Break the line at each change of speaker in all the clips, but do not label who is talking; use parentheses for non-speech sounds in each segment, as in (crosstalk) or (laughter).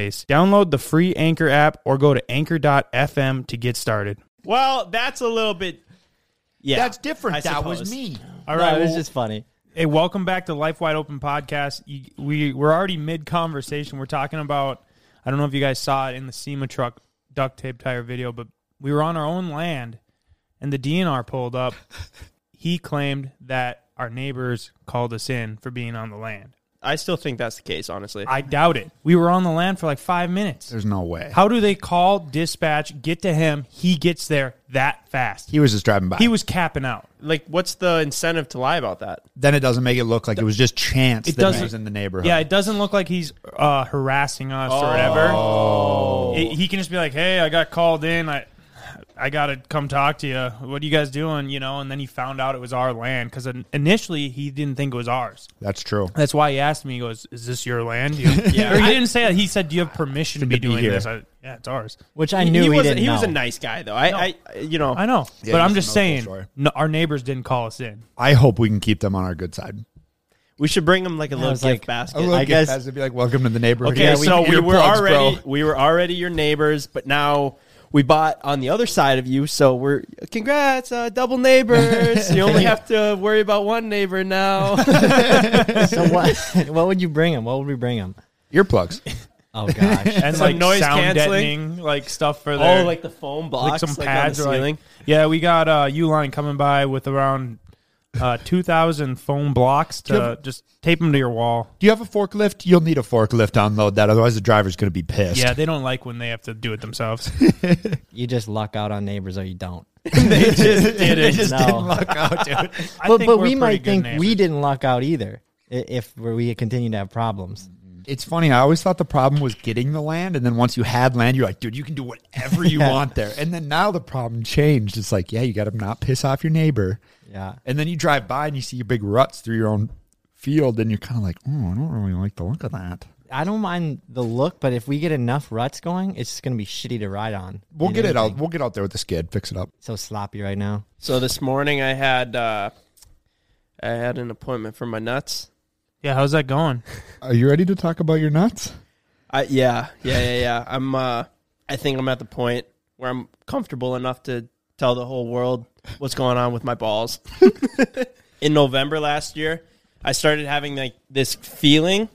Download the free Anchor app or go to anchor.fm to get started.
Well, that's a little bit. Yeah,
That's different.
I
that was
suppose.
me.
All right.
it was
well,
just funny.
hey, welcome back to Life Wide Open podcast. You, we we're already mid conversation. We're talking about I don't know if you guys saw it in the SEMA truck duct tape tire video, but we were on our own land and the DNR pulled
(laughs)
up. he claimed that our neighbors called us in for being on the land.
I still think that's the case, honestly.
(laughs)
I doubt it. We were on the land for like 5 minutes.
There's no way.
How do they call dispatch, get to him? He gets there that fast.
he was just driving by.
He was capping out.
like, what's the incentive to lie about that?
then it doesn't make it look like it was just chance
It
that
doesn't-
he was in the neighborhood.
Yeah, it doesn't look like he's uh, harassing us or whatever. It, he can just be like, hey, I got called in. I. I gotta come talk to you. What are you guys doing? You know, and then he found out it was our land because initially he didn't think it was ours.
That's true.
That's why he asked me. He goes, "Is this your land?" You- (laughs) Or he didn't say that. He said, "Do you have permission to be,
be
doing
here.
this?" I, yeah, it's ours.
Which I knew he,
he, was.
didn't.
He was a
know.
nice guy, though. I, I I- you know,
I know,
Yeah,
but
he
I'm
doesn't
just
know the
saying,
full story.
no, our neighbors didn't call us in.
I hope we can keep them on our good side.
we should bring him like a little
was
gift
like-
basket.
A little
I
gift
guess-
has to be like, welcome to the neighborhood.
okay, so we were already we were already your neighbors, but now we bought on the other side of you. So we're congrats, uh, double neighbors. you only have to worry about one neighbor now. (laughs)
So what? (laughs) what would you bring him? What would we bring him?
earplugs.
Oh (laughs) gosh.
and
Some
like
noise
sound
canceling?
deadening, like stuff for their
oh, like the foam
like
blocks,
some
on the
pads or, like-
ceiling.
yeah, we got uh, U line coming by with around uh, two thousand foam blocks to just tape them to your wall.
Do you have a forklift? You'll need a forklift to unload that. Otherwise, the driver's going to be pissed. (laughs)
Yeah, they don't like when they have to do it themselves.
you just luck out on neighbors or
(laughs)
you don't.
(laughs) they just did
They
it.
just
No.
didn't luck out, dude.
I
but
think we're
but we
pretty
might
good
think
neighbors. Mm-hmm.
we didn't luck out either i- if we continue to have problems.
it's funny. I always thought the problem was getting the land, and then once you had land, you're like, dude, you can do whatever you want there. And then now the problem changed. It's like, yeah, you got to not piss off your neighbor.
Yeah.
And then you drive by and you see big ruts through your own field, and you're kind of like, oh, I don't really like the look of that.
I don't mind the look, but if we get enough ruts going, it's just gonna be shitty to ride on.
We'll
You
get
know,
it out.
like,
We'll get out there with the skid, fix it up.
So sloppy right now.
So this morning I had uh, I had an appointment for my nuts.
Yeah, how's that going?
Are you ready to talk about your nuts?
I yeah yeah yeah yeah. I'm uh, I think I'm at the point where I'm comfortable enough to tell the whole world what's going on with my balls. (laughs) in November last year, I started having like this feeling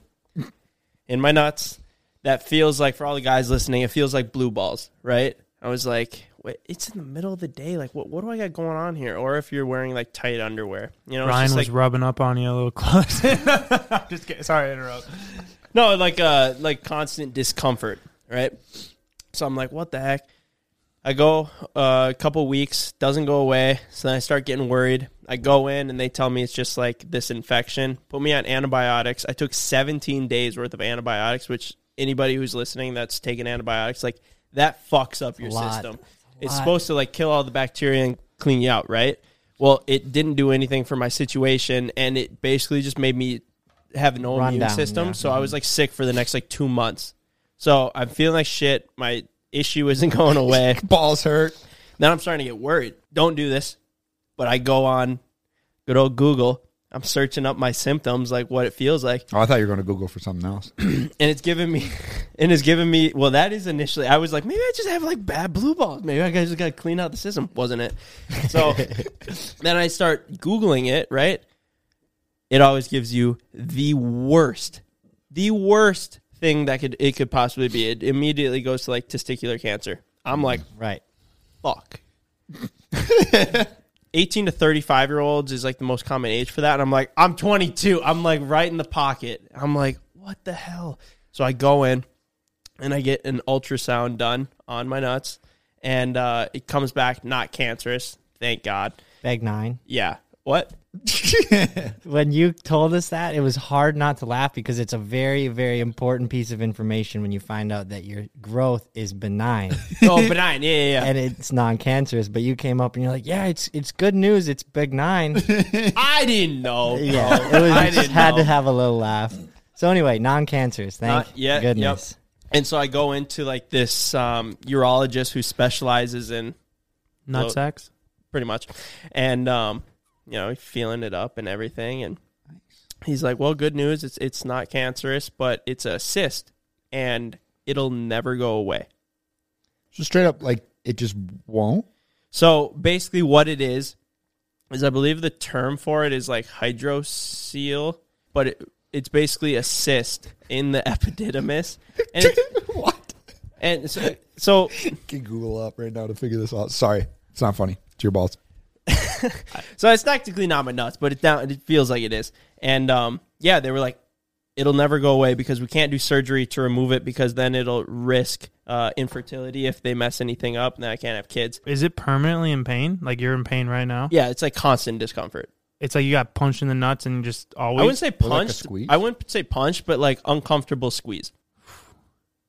in my nuts that feels like for all the guys listening, it feels like blue balls, right? I was like, Wait, it's in the middle of the day. Like, what, what do I got going on here? Or if you're wearing like tight underwear, you know, it's
Ryan
just,
was
like,
rubbing up on you a
(laughs)
little close. I'm just kidding. Sorry to interrupt.
No, like uh like constant discomfort, right? So I'm like, what the heck? I go uh, a couple weeks, doesn't go away. So then I start getting worried. I go in and they tell me it's just like this infection. Put me on antibiotics. I took 17 days worth of antibiotics, which anybody who's listening that's taking antibiotics, like that fucks up your
lot.
system. It's
lot.
supposed to like kill all the bacteria and clean you out, right? Well, it didn't do anything for my situation and it basically just made me have no
Run
immune
down,
system.
yeah.
So I was like sick for the next like two months. So I'm feeling like shit. My issue isn't (laughs) going
(laughs)
away.
Balls hurt.
then I'm starting to get worried. Don't do this. But I go on good old Google. I'm searching up my symptoms, like what it feels like,
Oh, I thought you were going to Google for something else.
and it's giving me, (laughs) and it's giving me. Well, that is initially. I was like, maybe I just have like bad blue balls. Maybe I just got to clean out the system, wasn't it? So then I start googling it. Right, it always gives you the worst, the worst thing that could it could possibly be. It immediately goes to like testicular cancer. I'm like,
Right.
fuck. (laughs) 18 to 35 year olds is like the most common age for that. And I'm like, I'm 22. I'm like right in the pocket. I'm like, what the hell? So I go in and I get an ultrasound done on my nuts. And uh, it comes back not cancerous. Thank God.
Bag nine.
Yeah.
(laughs)
What?
When you told us that, it was hard not to laugh because it's a very, very important piece of information when you find out that your growth is benign
Oh, benign. Yeah, yeah, yeah.
and it's non-cancerous. But you came up and you're like, "Yeah, it's it's good news.
(laughs)
It's benign."
I didn't know.
Yeah, (laughs) it was
I
it just
didn't
had
know.
to have a little laugh. So anyway, non-cancerous. Thank
Not yet, (laughs)
goodness.
And so I go into like this um, urologist who specializes in
Nut
Well-
sacks.
pretty much. And um, you know, feeling it up and everything and he's like, "Well, good news, it's it's not cancerous, but it's a cyst and it'll never go away."
(clears throat) So straight up, like it just won't.
So, basically what it is is I believe the term for it is like hydrocele, but it, it's basically a cyst in the (laughs) epididymis. And it-
(laughs) what?
and so, so
Can Google up right now to figure this out. Sorry, it's not funny. It's your balls.
So it's technically not my nuts, but it down it feels like it is. And um, yeah, they were like, it'll never go away because we can't do surgery to remove it because then it'll risk uh, infertility if they mess anything up, and then I can't have kids.
Is it permanently in pain? Like you're in pain right now?
Yeah, it's like constant discomfort.
It's like you got punched in the nuts and you just always.
I wouldn't say
Or like a
punched.
squeeze?
I wouldn't say punched, but like uncomfortable squeeze.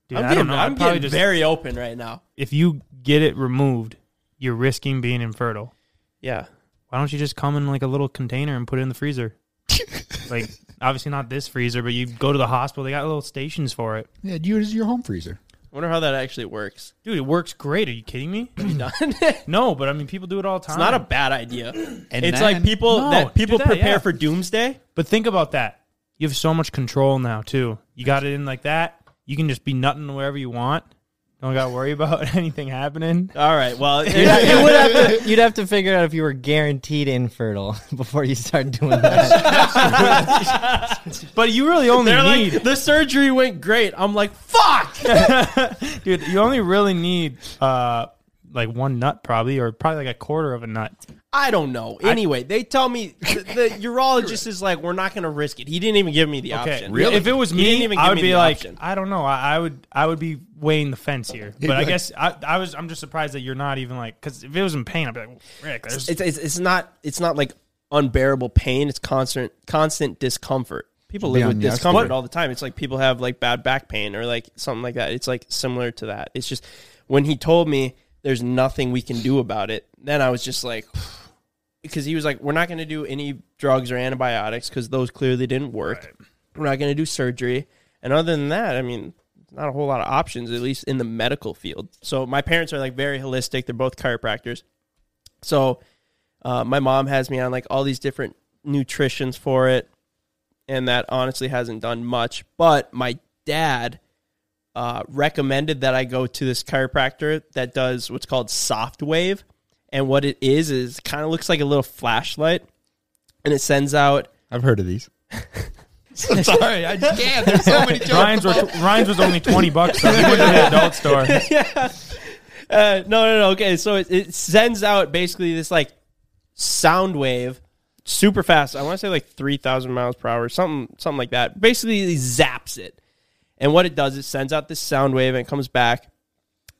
Dude,
I'm
I
getting,
don't know. I'd
I'm
probably
getting
just-
very open right now.
If you get it removed, you're risking being infertile.
Yeah.
Why don't you just come in like a little container and put it in
(laughs)
the freezer? like obviously not this freezer, but you go to the hospital. They got little stations for it.
Yeah, you use your home freezer.
I wonder how that actually works. (laughs)
Dude, it works great. Are you
(clears throat)
kidding me?
it's
no, but I mean people do it all the time.
not a bad idea. it's
then-
like people
No,
that people
do that,
prepare
yeah.
for doomsday.
But think about that. You have so much control now too. You got it in like that. You can just be nutting wherever you want. Don't got to worry (laughs) about anything happening.
All right.
(laughs)
Well,
You would have to, you'd have to figure out if you were guaranteed infertile (laughs) before you start
(laughs)
doing that.
But you really only
They're
need,
like, the surgery went great. I'm like, fuck.
dude. You only really need uh like one nut probably, or probably like a quarter of a nut.
I don't know. Anyway, they tell me the, (laughs) the urologist is like, we're not going to risk it. He didn't even give me the option.
Really? If it was
He didn't
me,
even
I
give
would
me
be
the
like,
option.
I don't know. I, I would, I would be weighing the fence here. But I guess I, I was. I'm just surprised that you're not even like, because if it was in pain, I'd be like, Rick, there's
It's, it's, it's not it's not like unbearable pain. It's constant constant discomfort. People live with
Beyond yes.
discomfort
What-
all the time. It's like people have like bad back pain or like something like that. It's like similar to that. It's just when he told me there's nothing we can do about it, then I was just like, (sighs) because he was like, we're not going to do any drugs or antibiotics because those clearly didn't work. We're not going to do surgery. And other than that, I mean, not a whole lot of options, at least in the medical field. So my parents are like very holistic. They're both chiropractors. So uh, my mom has me on like all these different nutritions for it and that honestly hasn't done much. But my dad uh, recommended that I go to this chiropractor that does what's called soft wave, and what it is is kind of looks like a little flashlight, and it sends out.
I've heard of these. I'm sorry, I just can't. There's so many jokes.
Ryan's, were, Ryan's was only 20 bucks, so he went
(laughs)
to the adult store.
Uh, no, no, no. Okay, so it, it sends out basically this like sound wave. Super fast. I want to say like three thousand miles per hour, something, something like that. Basically, it zaps it, and what it does is sends out this sound wave and it comes back,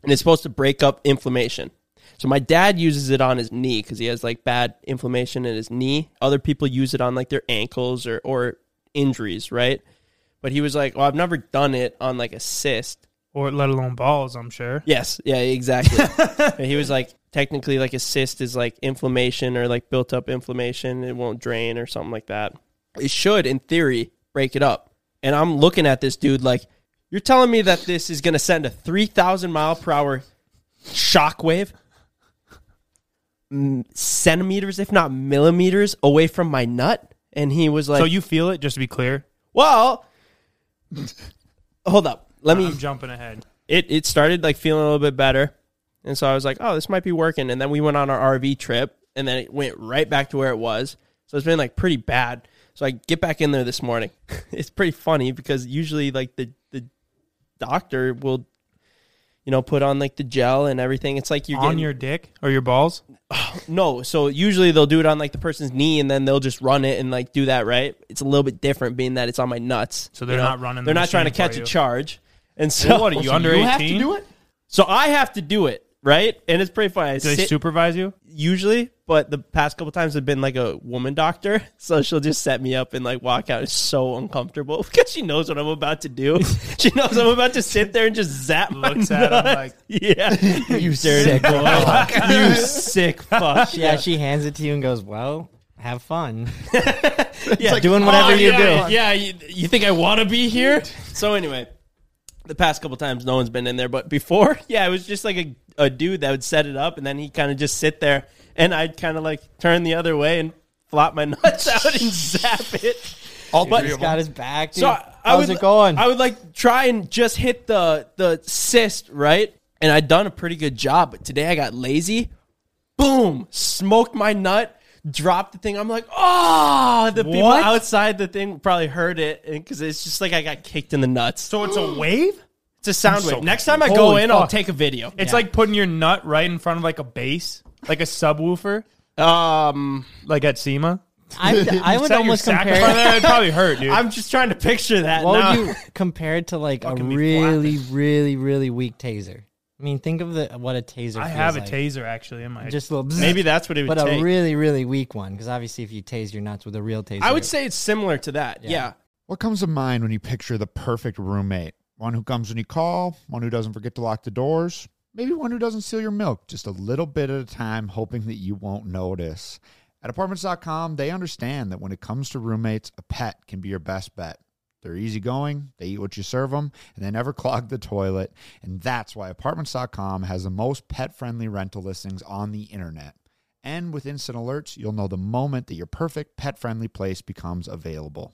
and it's supposed to break up inflammation. So my dad uses it on his knee because he has like bad inflammation in his knee. Other people use it on like their ankles or or injuries, right? But he was like, "Well, I've never done it on like a cyst."
Or let alone balls, I'm sure.
Yes, yeah,
(laughs)
exactly. and he was like, technically, like a cyst is like inflammation or like built up inflammation. It won't drain or something like that. It should, in theory, break it up. And I'm looking at this dude like, you're telling me that this is going to send a 3,000 mile per hour shockwave mm, centimeters, if not millimeters, away from my nut? And he was like,
so you feel it, just to be clear?
well, hold up. Let me
I'm jumping ahead.
it it started like feeling a little bit better, and so I was like, oh, this might be working. And then we went on our RV trip, and then it went right back to where it was. So it's been like pretty bad. So I get back in there this morning. (laughs) it's pretty funny because usually like the the doctor will, you know, put on like the gel and everything. It's like you're
On
getting-
your dick or your balls?
no, so usually they'll do it on like the person's knee and then they'll just run it and like do that, right? It's a little bit different being that it's on my nuts.
So they're not running the
They're not trying to
machine for
catch a
you.
charge. And so
Well, what are you, under 18?
it.
So I have to do it, right? And it's pretty funny. I
Do they
sit- (laughs)
supervise you?
usually, but the past couple times have been like a woman doctor, (laughs) so she'll just set me up and like walk out. It's so uncomfortable (laughs) because she knows what I'm about to
(laughs)
do. she knows I'm about to sit there and just zap. my (laughs)
Looks at 'em
nuts.
like-
yeah,
You
(laughs)
sick fuck.
you sick
(laughs)
fuck.
Yeah, she hands it to you and goes, "Well, have fun."
yeah,
doing whatever you
"Oh, yeah,
do.
Yeah, you, you think I want to be here? So anyway, the past couple times no one's been in there, but before, (laughs) yeah, it was just like a, a dude that would set it up, and then he kind of just sit there, and I'd kind of like turn the other way and flop my (laughs) nuts out and zap it.
All
But-
three
He's
of
got
them.
his back. Dude.
So I, I
How's
would,
it going?
I would like try and just hit the the cyst, right? And I'd done a pretty good job, but today I got lazy. Boom! Smoked my nut, dropped the thing. I'm like, oh, the people
What?
outside the thing probably heard it because it's just like I got kicked in the nuts. So
So oh, it's a wave?
it's a sound
so
wave. Next time I go
Holy
in, I'll
fuck.
take a video.
It's like putting your nut right in front of like a bass, like a subwoofer,
Um,
like at SEMA.
I,
(laughs)
I would
Set your
almost
sack in (laughs)
compare.
front of
it-
there, it'd probably hurt,
(laughs)
dude.
I'm just trying to picture that.
What
now.
would you compare it
(laughs)
to like a
Fucking be
really, really, really weak taser? I mean, think of the what a taser.
I
feels
have a
like.
taser actually in my.
Just
(laughs)
a little.
Maybe that's what it would
but
take.
a really, really weak one. Because obviously, if you tase your nuts with a real taser,
I would say it's similar to that. yeah.
What comes to mind when you picture the perfect roommate? One who comes when you call, one who doesn't forget to lock the doors, maybe one who doesn't seal your milk just a little bit at a time, hoping that you won't notice. At apartments.com, they understand that when it comes to roommates, a pet can be your best bet. They're easygoing, they eat what you serve them, and they never (laughs) clog the toilet. And that's why apartments.com has the most pet friendly rental listings on the internet. And with instant alerts, you'll know the moment that your perfect pet friendly place becomes available.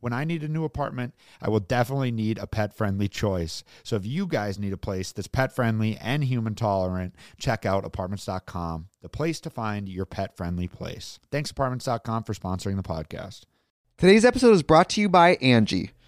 When I need a new apartment, I will definitely need a pet friendly choice. So if you guys need a place that's pet friendly and human tolerant, check out apartments.com, the place to find your pet friendly place. Thanks, apartments.com, for sponsoring the podcast.
Today's episode is brought to you by Angie.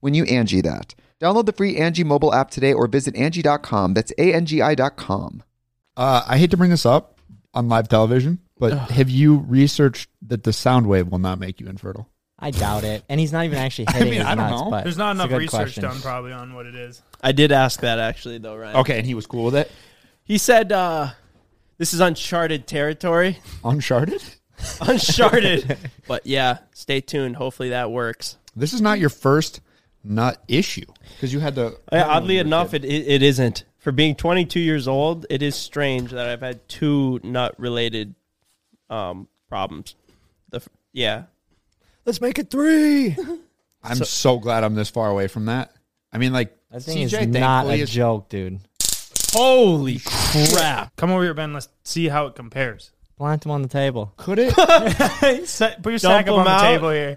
when you Angie that. Download the free Angie mobile app today or visit Angie.com. That's A-N-G-I dot com.
Uh, I hate to bring this up on live television, but have you researched that the sound wave will not make you infertile?
I doubt it. And he's not even
(laughs)
actually
I
hitting
mean,
his
I don't
nuts,
know.
but
There's not
it's a
enough
good
research
question.
done probably on what it is.
I did ask that actually though, Ryan.
Okay, and he was cool with it.
He said uh, this is uncharted (laughs) territory.
Uncharted.
uncharted. (laughs) but yeah, stay tuned. Hopefully that works.
This is not your first nut issue because you had the
Yeah, oddly enough, it, it it isn't. For being 22 years old, it is strange that I've had two nut related um, problems. The f- yeah,
Let's make it three. I'm so, glad I'm this far away from that. I mean, like
That thing
CJ,
is not
thankfully,
a
is-
joke, dude.
holy crap!
Come over here, Ben. Let's see how it compares.
Plant them on the table.
Could
(laughs)
it?
Sa- Put your sack up
them
on the
out.
table here.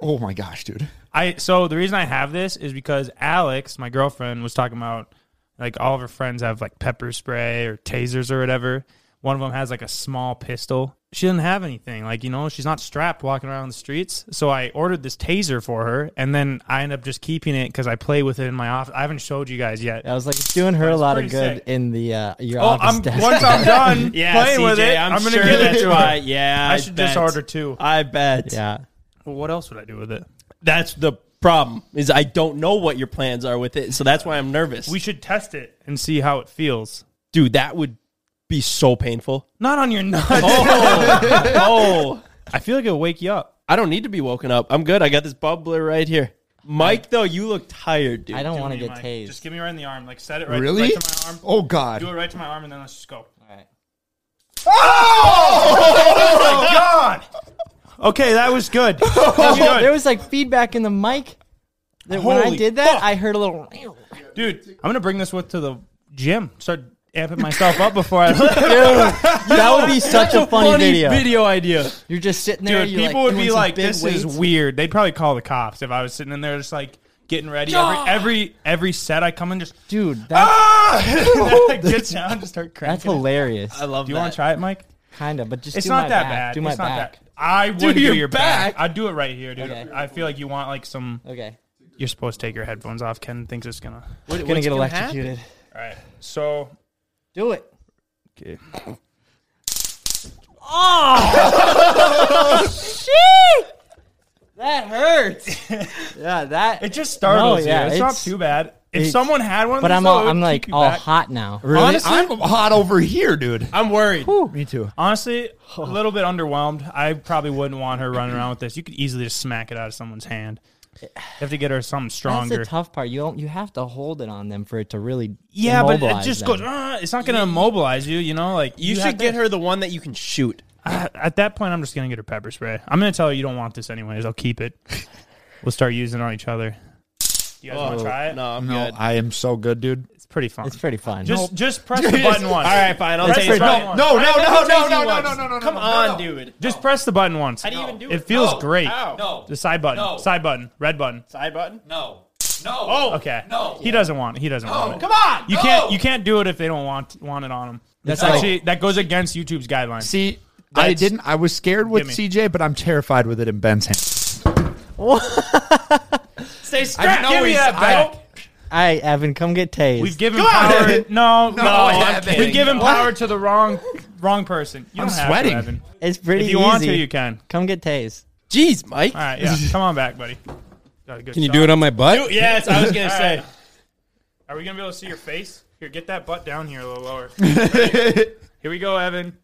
oh my gosh, dude!
I so the reason I have this is because Alex, my girlfriend, was talking about like all of her friends have like pepper spray or tasers or whatever. One of them has like a small pistol. She doesn't have anything. Like, you know, she's not strapped walking around the streets. So I ordered this taser for her and then I end up just keeping it because I play with it in my office. I haven't showed you guys yet.
I was like, it's doing her a
That's
lot
pretty
of good
sick.
in the uh, your
Oh,
office
I'm,
desk.
once I'm done
Yeah,
playing
CJ,
with it,
I'm,
I'm,
sure
gonna get
that's
it to
why.
her.
Yeah,
I should just
bet.
order two.
I bet.
(laughs) yeah,
Well, what else would I do with it?
That's the problem. Is I don't know what your plans are with it, so that's why I'm nervous.
We should test it and see how it feels.
dude, that would be so
(laughs)
painful.
Not on your nuts.
Oh, oh.
I feel like it'll (laughs) wake you up.
I don't need to be woken up. I'm good. I got this bubbler right here. Mike, though, you look tired, dude.
I don't want to
Give
get
me my-
tased.
Just give me right in the arm. Like set it right,
Really?
right to my arm.
Oh
Do it
God!
right to my arm, and then let's just go. Oh! God! Okay, that was good. That
(laughs)
was
Oh, there
good.
was like feedback in the mic. That when I
Holy
did that, I heard a little.
dude. I'm gonna bring this with to the gym. Start amping myself up before (laughs) I.
(laughs) that would be such a funny, video.
idea.
You're just sitting there.
Dude,
you're,
people would
doing
be
some
like,
big
"This is
weights."
weird." They'd probably call the cops if I was sitting in there just like getting ready. Every every every set I come in, just
dude.
(laughs)
That's,
ah, And then I get down, just start cranking.
that's
it.
hilarious.
I love
Do you
that.
want to try it, Mike?
kind of, but just
It's
do
not
my
that
back.
bad.
Do my
it's not
back.
that. I would do
your
your back.
back.
I'd do it right here, dude.
Okay.
I feel like you want like some.
Okay,
You're supposed to take your headphones off. Ken thinks it's gonna.
What-
gonna
what's
get
gonna happen?
electrocuted.
All right. So.
Do it.
Okay. Oh!
(laughs) That
(laughs)
hurts. yeah, that.
It just startles
No, yeah,
you. It's, not
it's-
too bad. If
it's-
someone had one, of
but
these,
I'm
though,
all,
it would
I'm
kick
like
you
all
back.
hot now.
Really? I'm hot over here, dude.
I'm worried.
Me too.
Oh,
Honestly, a little bit underwhelmed. I probably wouldn't want her running around with this. You could easily just smack it out of someone's hand. You have to get her something stronger.
That's the tough part. You don't. You have to hold it on them for it to really.
yeah, but it
immobilize
just
them.
goes. "Ah," it's not going to immobilize you. You know, like
You,
have
should
to-
get her the one that you can shoot.
I- at that point, I'm just gonna get her pepper spray. I'm gonna tell her you don't want this anyways. I'll keep
(laughs)
it. we'll start using it on each other. You guys want to try it?
Oh, No, I'm
No,
good.
I am so good, dude.
It's pretty fun.
It's pretty fun.
just just
(laughs)
press the
(laughs)
button once.
All right, fine. I'll
Press
take
the
it.
button
No,
once.
No, no, no,
That's
no,
easy
no, no,
ones.
no, no, no.
Come
no,
on,
no.
dude.
Just press the button once. How
do you even do
it?
it?
feels
No.
great.
Ow. No.
The side button.
No.
Side button. Red button.
Side button? No.
No.
Oh, okay.
No.
he doesn't want. He doesn't want it.
come on,
You
no.
can't. You can't do it if they don't want want it on them. That's
No.
actually that goes against YouTube's guidelines.
See, I
That's-
didn't. I was scared with
Gimme.
CJ, but I'm terrified with it in Ben's hand.
Stay
strapped.
Give me
he's-
that back.
All right, Evan, come get tased.
We've given
Come on,
power.
Evan.
No, no.
I'm
We've
kidding.
given power to the wrong wrong person. You
I'm
don't have to,
sweating.
Evan.
it's pretty
If you
easy.
want to, you can.
Come get tased.
Jeez, Mike.
All right, yeah. Come on back, buddy. Got a good
Can you
shot.
do it on my butt?
Yes, I was (laughs) gonna
All
say.
right. Are we gonna be able to see your face? Here, get that butt down here a little lower. here we go, Evan.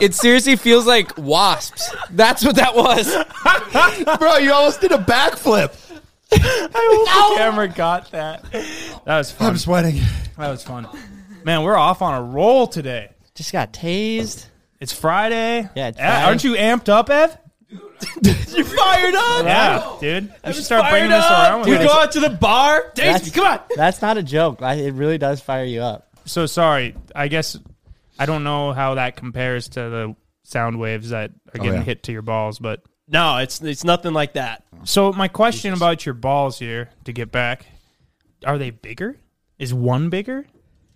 It seriously feels like wasps. That's what that was.
(laughs) Bro, you almost did a backflip.
The camera got that. That was fun.
I'm sweating.
That was fun. Man, we're off on a roll today.
Just got tased.
It's Friday.
Yeah, it's
Eh,
Friday.
Aren't you amped up, Ev?
You're fired up.
Yeah, dude. We should start
Fired
bringing this
up.
around.
We
With
go
us.
out to the bar. Daisy,
That's-
come on.
That's not a joke. I, it really does fire you up.
So sorry. I guess I don't know how that compares to the sound waves that
Oh,
are getting
yeah.
hit to your balls, but
No, it's it's nothing like that.
so my question about your balls here to get back: Are they bigger? Is one bigger,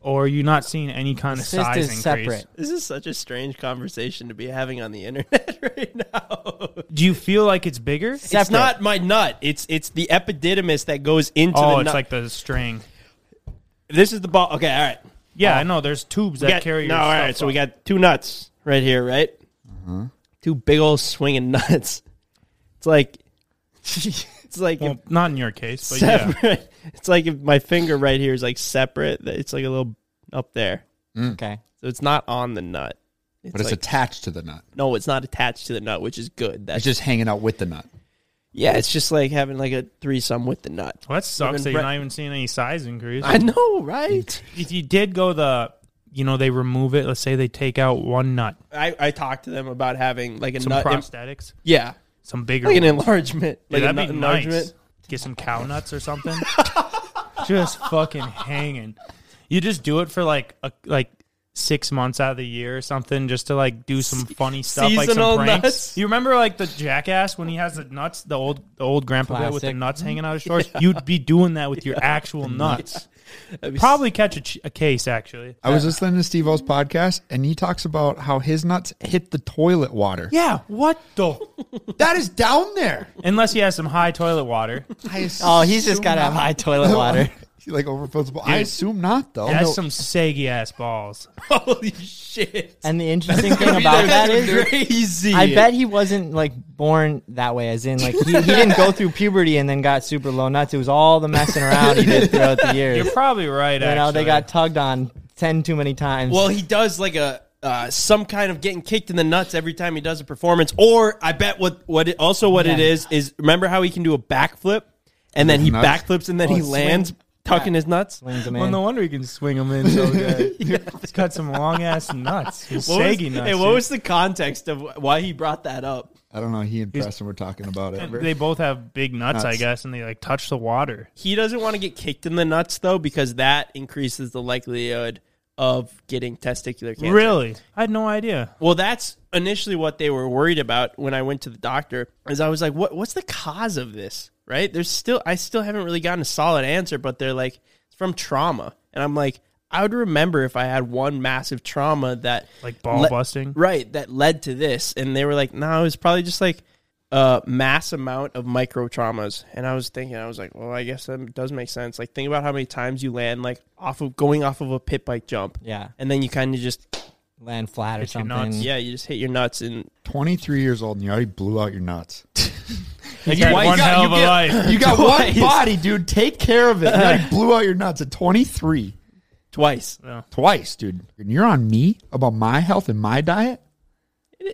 or are you not seeing any kind of
Cyst
size
is
increase?
separate.
This is such a strange conversation to be having on the internet (laughs) right now.
Do you feel like it's bigger?
It's not my nut. It's it's the epididymis that goes into
oh,
the
it's
nut.
like the string.
this is the ball. Okay, all right.
Yeah,
Oh.
I know. There's tubes
We
that
got-
carry.
no,
Your
all
stuff
right. So we
up.
got two nuts right here, right?
Mm-hmm.
Two big old swinging (laughs) nuts. It's like (laughs) it's like
Well, not in your case,
if
but yeah.
separate. (laughs) It's like if my finger right here is like separate. that It's like a little up there,
Okay.
so it's not on the nut. It's
But it's
like,
attached to the nut.
no, it's not attached to the nut, which is good. That's
It's just hanging out with the nut.
yeah. It's just like having like a threesome with the nut.
Well, that sucks
Even
that you're
Brett-
not even seeing any size increase.
(laughs) I know, right?
if you did go the, you know, they remove it. Let's say they take out one nut,
I, I talked to them about having like a
some
nut. im-
prosthetics,
yeah,
some bigger.
like an
ones.
enlargement.
Yeah,
Like a
that'd
nut
be
enlargement.
(laughs) nice. Get some cow nuts
(laughs)
or something. just fucking hanging. You just do it for like a, like six months out of the year or something, just to like do some funny stuff, like
seasonal
some pranks.
nuts.
You remember like the jackass when he has the nuts, the old the old grandpa guy with the
Classic.
nuts hanging out
(laughs)
of his shorts. You'd be doing that with your actual nuts. Probably catch a, ch- a case actually.
I was listening to Steve O's podcast, and he talks about how his nuts hit the toilet water.
Yeah, what the?
That is down there.
(laughs) Unless he has some high toilet water.
Oh, he's just got to have high toilet
(laughs)
water.
He (laughs) like overfills the bowl. I assume not
Oh,
though.
He has some saggy ass balls.
Holy shit!
And
(laughs)
the interesting thing about that is,
crazy.
I bet he wasn't like born that way, as in like he, he didn't go through puberty and then got super low nuts. It was all the messing around he did throughout
(laughs)
the years.
You're probably right.
You
actually.
know, they got tugged on ten too many times.
Well, he does like a uh, some kind of getting kicked in the nuts every time he does a performance. Or I bet what what it, also what it
Yeah.
is is remember how he can do a backflip and then he
nuts?
backflips and then he
swing.
lands tucking his nuts. (laughs)
Swings him
Well,
in.
no wonder he can swing them in
(laughs)
so good. He's got some long ass nuts. His
What was,
saggy nuts.
hey, what
dude.
was the context of wh- why he brought that up?
I don't know. He and Preston were talking about
(laughs)
it.
they both have big nuts, I
Nuts.
guess, and they like touch the water.
He doesn't want to get kicked in the nuts though because that increases the likelihood of getting testicular cancer.
Really? I had no idea.
Well, that's initially what they were worried about when I went to the doctor. Is I was like, "What? What's the cause of this?" Right? There's still, I still haven't really gotten a solid answer, but they're like, "It's from trauma," and I'm like, "I would remember if I had one massive trauma that,
Like ball
le-
busting?
right? That led to this." And they were like, "No, it was probably just like a mass amount of micro traumas." And I was thinking, I was like, "Well, I guess that does make sense." Like, think about how many times you land like off of going off of a pit bike jump,
yeah,
and then you kind of just
land flat or
Hit your nuts.
something.
yeah, you just hit your nuts and
23 years old and you already blew out
(laughs)
your nuts.
They got
why you
one
got-
hell
you
of a
get- (laughs)
life.
(laughs) You got
Twice.
one
(laughs)
body, dude. Take care of it. You already blew out your nuts at 23
(laughs) twice.
twice, dude. And you're on me about my health and my diet.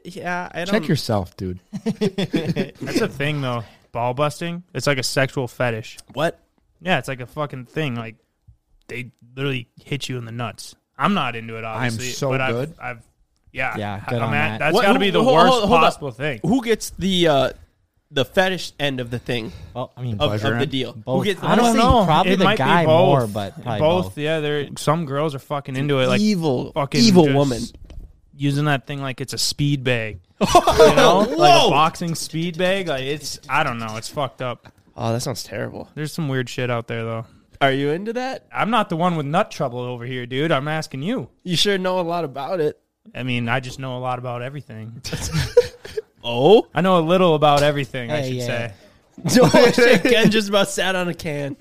Yeah, I don't.
Um,
Check yourself, dude. (laughs)
That's a thing, though. Ball busting. It's like a sexual fetish.
what?
Yeah, it's like a fucking thing. Like they literally hit you in the nuts. I'm not into it, obviously.
so
but
good.
I've, I've yeah,
Yeah,
I-
good
I'm
on
at,
that.
That's
What-
got to
who-
be the
hold-
worst
hold- hold up.
possible thing.
Who gets the uh, the fetish end of the thing
Well, Oh, I mean,
of,
both.
of the deal? Who
Both.
gets the
I
most
don't know. Probably the guy more, but probably
both.
both.
Yeah, there. Some girls are fucking into it. Like
evil,
fucking
evil
just-
woman?
using that thing like it's a
(laughs)
speed bag. You know? Like a
Whoa!
boxing speed bag. Like it's I don't know, it's fucked up.
Oh, that sounds terrible.
There's some weird shit out there though.
Are you into that?
I'm not the one with nut trouble over here, dude. I'm asking you.
You sure know a lot about it.
I mean, I just know a lot about everything.
Oh,
I know a little about everything, I
Hey,
should
yeah.
say.
(laughs) oh shit! Ken just about sat on a can.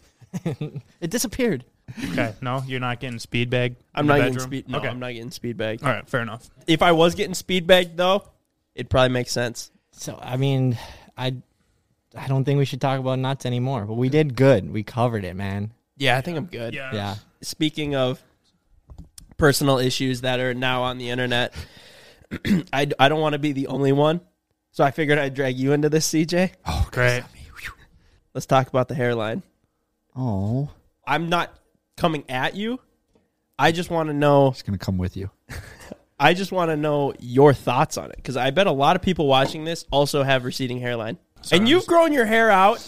It disappeared.
Okay, no, you're not getting speed bag. in
I'm
the
not getting
bedroom?
speed. No,
okay,
I'm not getting speed bagged.
all right, fair enough.
If I was getting speed bagged though, it probably makes sense.
So I mean, I I don't think we should talk about nuts anymore. But we did good. We covered it, man.
Yeah, I think I'm good.
Yeah,
Yeah.
Speaking of personal issues that are now on the internet, (clears throat) I I don't want to be the only one, so I figured I'd drag you into this, CJ.
great.
Let's talk about the hairline.
Oh,
I'm not coming at you. I just want to know.
it's gonna come with you.
I just want to know your thoughts on it because I bet a lot of people watching this also have receding hairline, and you've grown your hair out,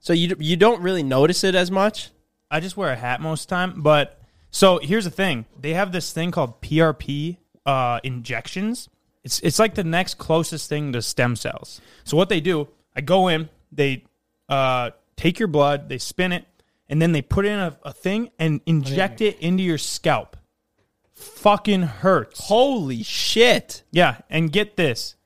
so you you don't really notice it as much.
I just wear a hat most of the time. But so here's the thing: they have this thing called PRP uh, injections. It's it's like the next closest thing to stem cells. So what they do, I go in, they uh, take your blood, they spin it, and then they put in a, a thing and inject it into your scalp. Fucking hurts.
Holy shit!
Yeah, and get this,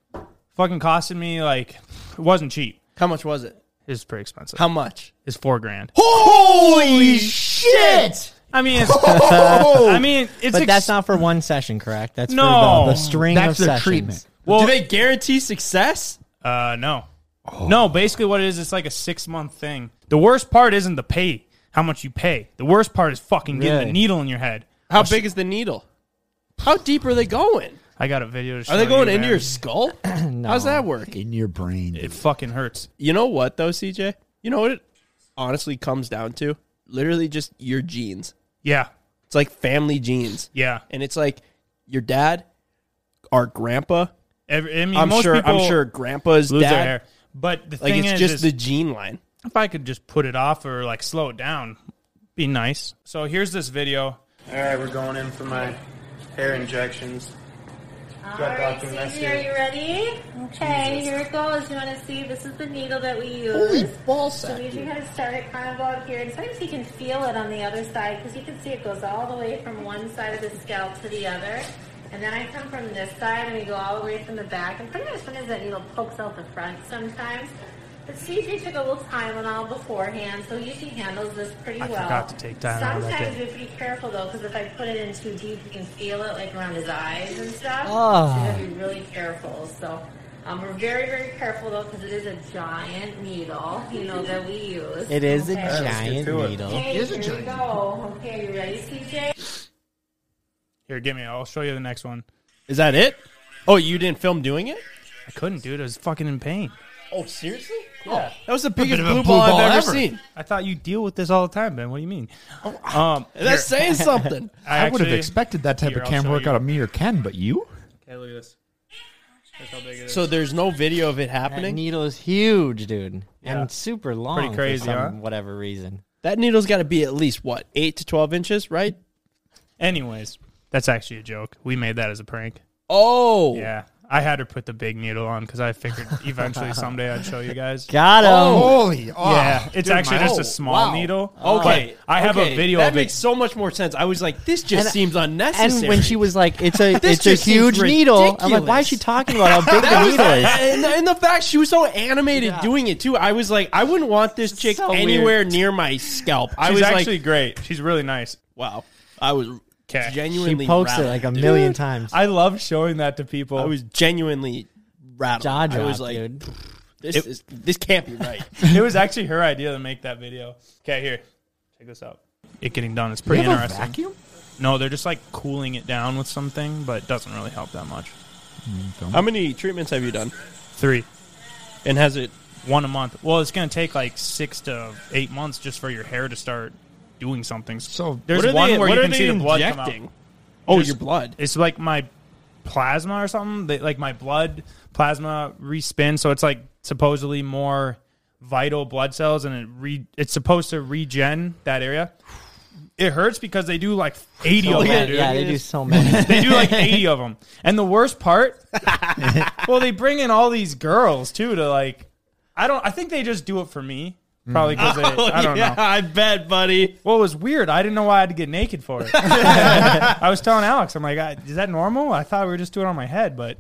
fucking costed me like it wasn't cheap.
How much was it?
It was pretty expensive.
How much?
It's four grand.
Holy shit!
I mean, it's, I mean, it's
But that's
ex-
not for one session, correct? That's
No.
for the, the string
That's
of
their
sessions.
treatment.
Well,
Do they guarantee success?
Uh, no.
Oh.
No, basically what it is, it's like a six month thing. The worst part isn't the pay, how much you pay. The worst part is fucking getting the
Really?
needle in your head.
How big is the needle? How deep are they going?
I got a video to show
Are they going into your
man. (clears throat)
skull? How's that work?
In your brain.
It fucking hurts.
You know what though, CJ? You know what it honestly comes down to? Literally just your genes.
Yeah.
It's like family genes.
Yeah.
And it's like your dad, our grandpa.
Every, I mean,
I'm
most
sure
people
I'm sure grandpa's
lose
dad.
their hair. But the
Like
thing
it's
is,
just
is
the gene line.
if I could just put it off or like slow it down, be nice. So here's this video.
All right, we're going in for my hair injections.
All right, Susie, are you ready? Okay, here it goes. You want to see? This is the needle that we use. Holy So we usually kind of start it kind of out here, and sometimes you can feel it on the other side because you can see it goes all the way from one side of the scalp to the other. And then I come from this side, and we go all the way from the back. And pretty much sometimes that needle pokes out the front sometimes. But CJ took a little Tylenol beforehand, so he usually handles this pretty
I
well.
forgot to take Tylenol that
Sometimes
day.
we be careful though, because if I put it in too deep, you can feel it like around his eyes and stuff.
Ah.
So you gotta be really careful. So um, we're very, very careful though, because it is a giant needle, you know, that we use.
It is a
Okay.
giant
Oh,
needle.
Okay, here we go. Okay, you ready, CJ?
Here, give me. it. I'll show you the next one.
Is that it? Oh, you didn't film doing it?
I couldn't, dude. I was fucking in pain.
Oh, seriously? Yeah. that was the
bit
biggest
of
blue,
a blue
ball,
ball
I've ever,
ever.
seen.
I thought you deal with this all the time, Ben. What do you mean? Um,
Oh, That's saying something.
(laughs) I,
I would have
actually-
expected that type
Here,
of
I'll
cam
show
work
you.
out of me or Ken, but you?
Okay, look at this. That's how big it is.
so there's no video of it
That
happening.
needle is huge, dude,
Yeah.
and super long. for
crazy,
some
huh?
Whatever reason.
that needle's got to be at least what eight to twelve inches, right?
Anyways, that's actually a joke. We made that as a prank.
Oh,
Yeah. I had her put the big needle on because I figured eventually someday I'd show you guys.
Got him.
Holy! Oh,
yeah, it's
dude,
actually
my-
just
oh,
a small
wow.
needle.
Okay,
but I have
okay,
a video
that
of
makes
it.
so much more sense. I was like, this just
And-
seems unnecessary.
And when she was like, "It's a,
(laughs) This
it's a
just seems
huge needle," I'm like,
ridiculous.
"Why is she talking
(laughs)
about how big the needle is?"
and, and the fact she was so animated doing it too, I was like, I wouldn't want this chick
so
anywhere near my scalp. I
She's
was
actually
like,
great. She's really nice.
wow, I was
'Kay.
She
genuinely
pokes it
rattled,
like a
dude.
million times.
I love showing that to people.
I was genuinely rattled.
Jaw drop,
I was like,
dude.
this is this can't be right.
it was actually her idea to make that video. Okay, here, check this out. It getting done. It's pretty
You have a
interesting.
vacuum?
No, they're just like cooling it down with something, but it doesn't really help that much.
How many treatments have you done?
Three,
And has it?
one a month. Well, it's gonna take like six to eight months just for your hair to start doing something.
So
there's
what are
one
they,
where
what
you
are
can
they
see the blood come out.
injecting? Oh,
Just-
your blood. (laughs)
It's like my plasma or something. They, like my blood plasma respin, so it's like supposedly more vital blood cells, and it re, it's supposed to regen that area. It hurts because they do like 80 of
Oh,
them.
man,
dude.
yeah, they do
(laughs)
so many.
(laughs) They do like 80 of them. And the worst (laughs) part, well, they bring in all these girls too to like, I don't, I think they just do it for me. Probably because they, (laughs) I don't
Oh, yeah,
know.
I bet, buddy.
Well, it was weird. I didn't know why I had to get naked (laughs) for it. I was telling Alex, I'm like, I, is that normal? I thought we were just doing it on my head, but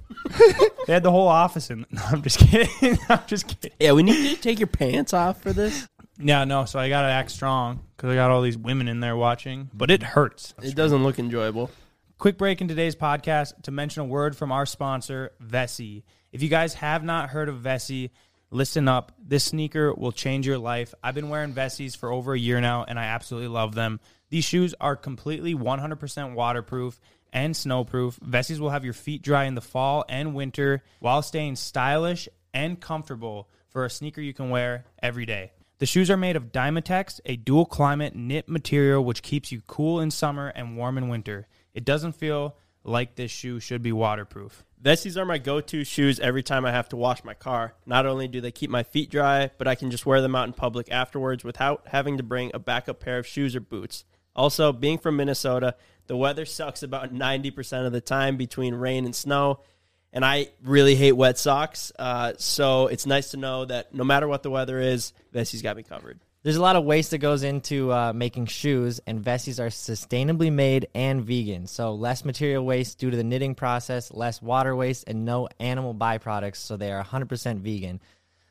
they had the whole office in. (laughs) No, I'm just kidding. (laughs) I'm just kidding.
Yeah, we need you to take your pants off for this.
Yeah, no. So I got to act strong because I got all these women in there watching, but it hurts.
It doesn't look enjoyable.
Quick break in today's podcast to mention a word from our sponsor, Vessi. If you guys have not heard of Vessi, listen up. This sneaker will change your life. I've been wearing Vessis for over a year now, and I absolutely love them. These shoes are completely 100% waterproof and snowproof. Vessis will have your feet dry in the fall and winter while staying stylish and comfortable for a sneaker you can wear every day. The shoes are made of Dymatex, a dual climate knit material which keeps you cool in summer and warm in winter. It doesn't feel like this shoe should be waterproof.
Vesties are my go-to shoes every time I have to wash my car. Not only do they keep my feet dry, but I can just wear them out in public afterwards without having to bring a backup pair of shoes or boots. Also, being from Minnesota, the weather sucks about (laughs) 90% of the time between rain and snow, and I really hate wet socks. Uh, so it's nice to know that no matter what the weather is, Vesties got me covered.
There's a lot of waste that goes into uh, making shoes, and Vesties are sustainably made and vegan. So, less material waste due to the knitting process, less water waste, and no animal byproducts. So, they are 100% vegan.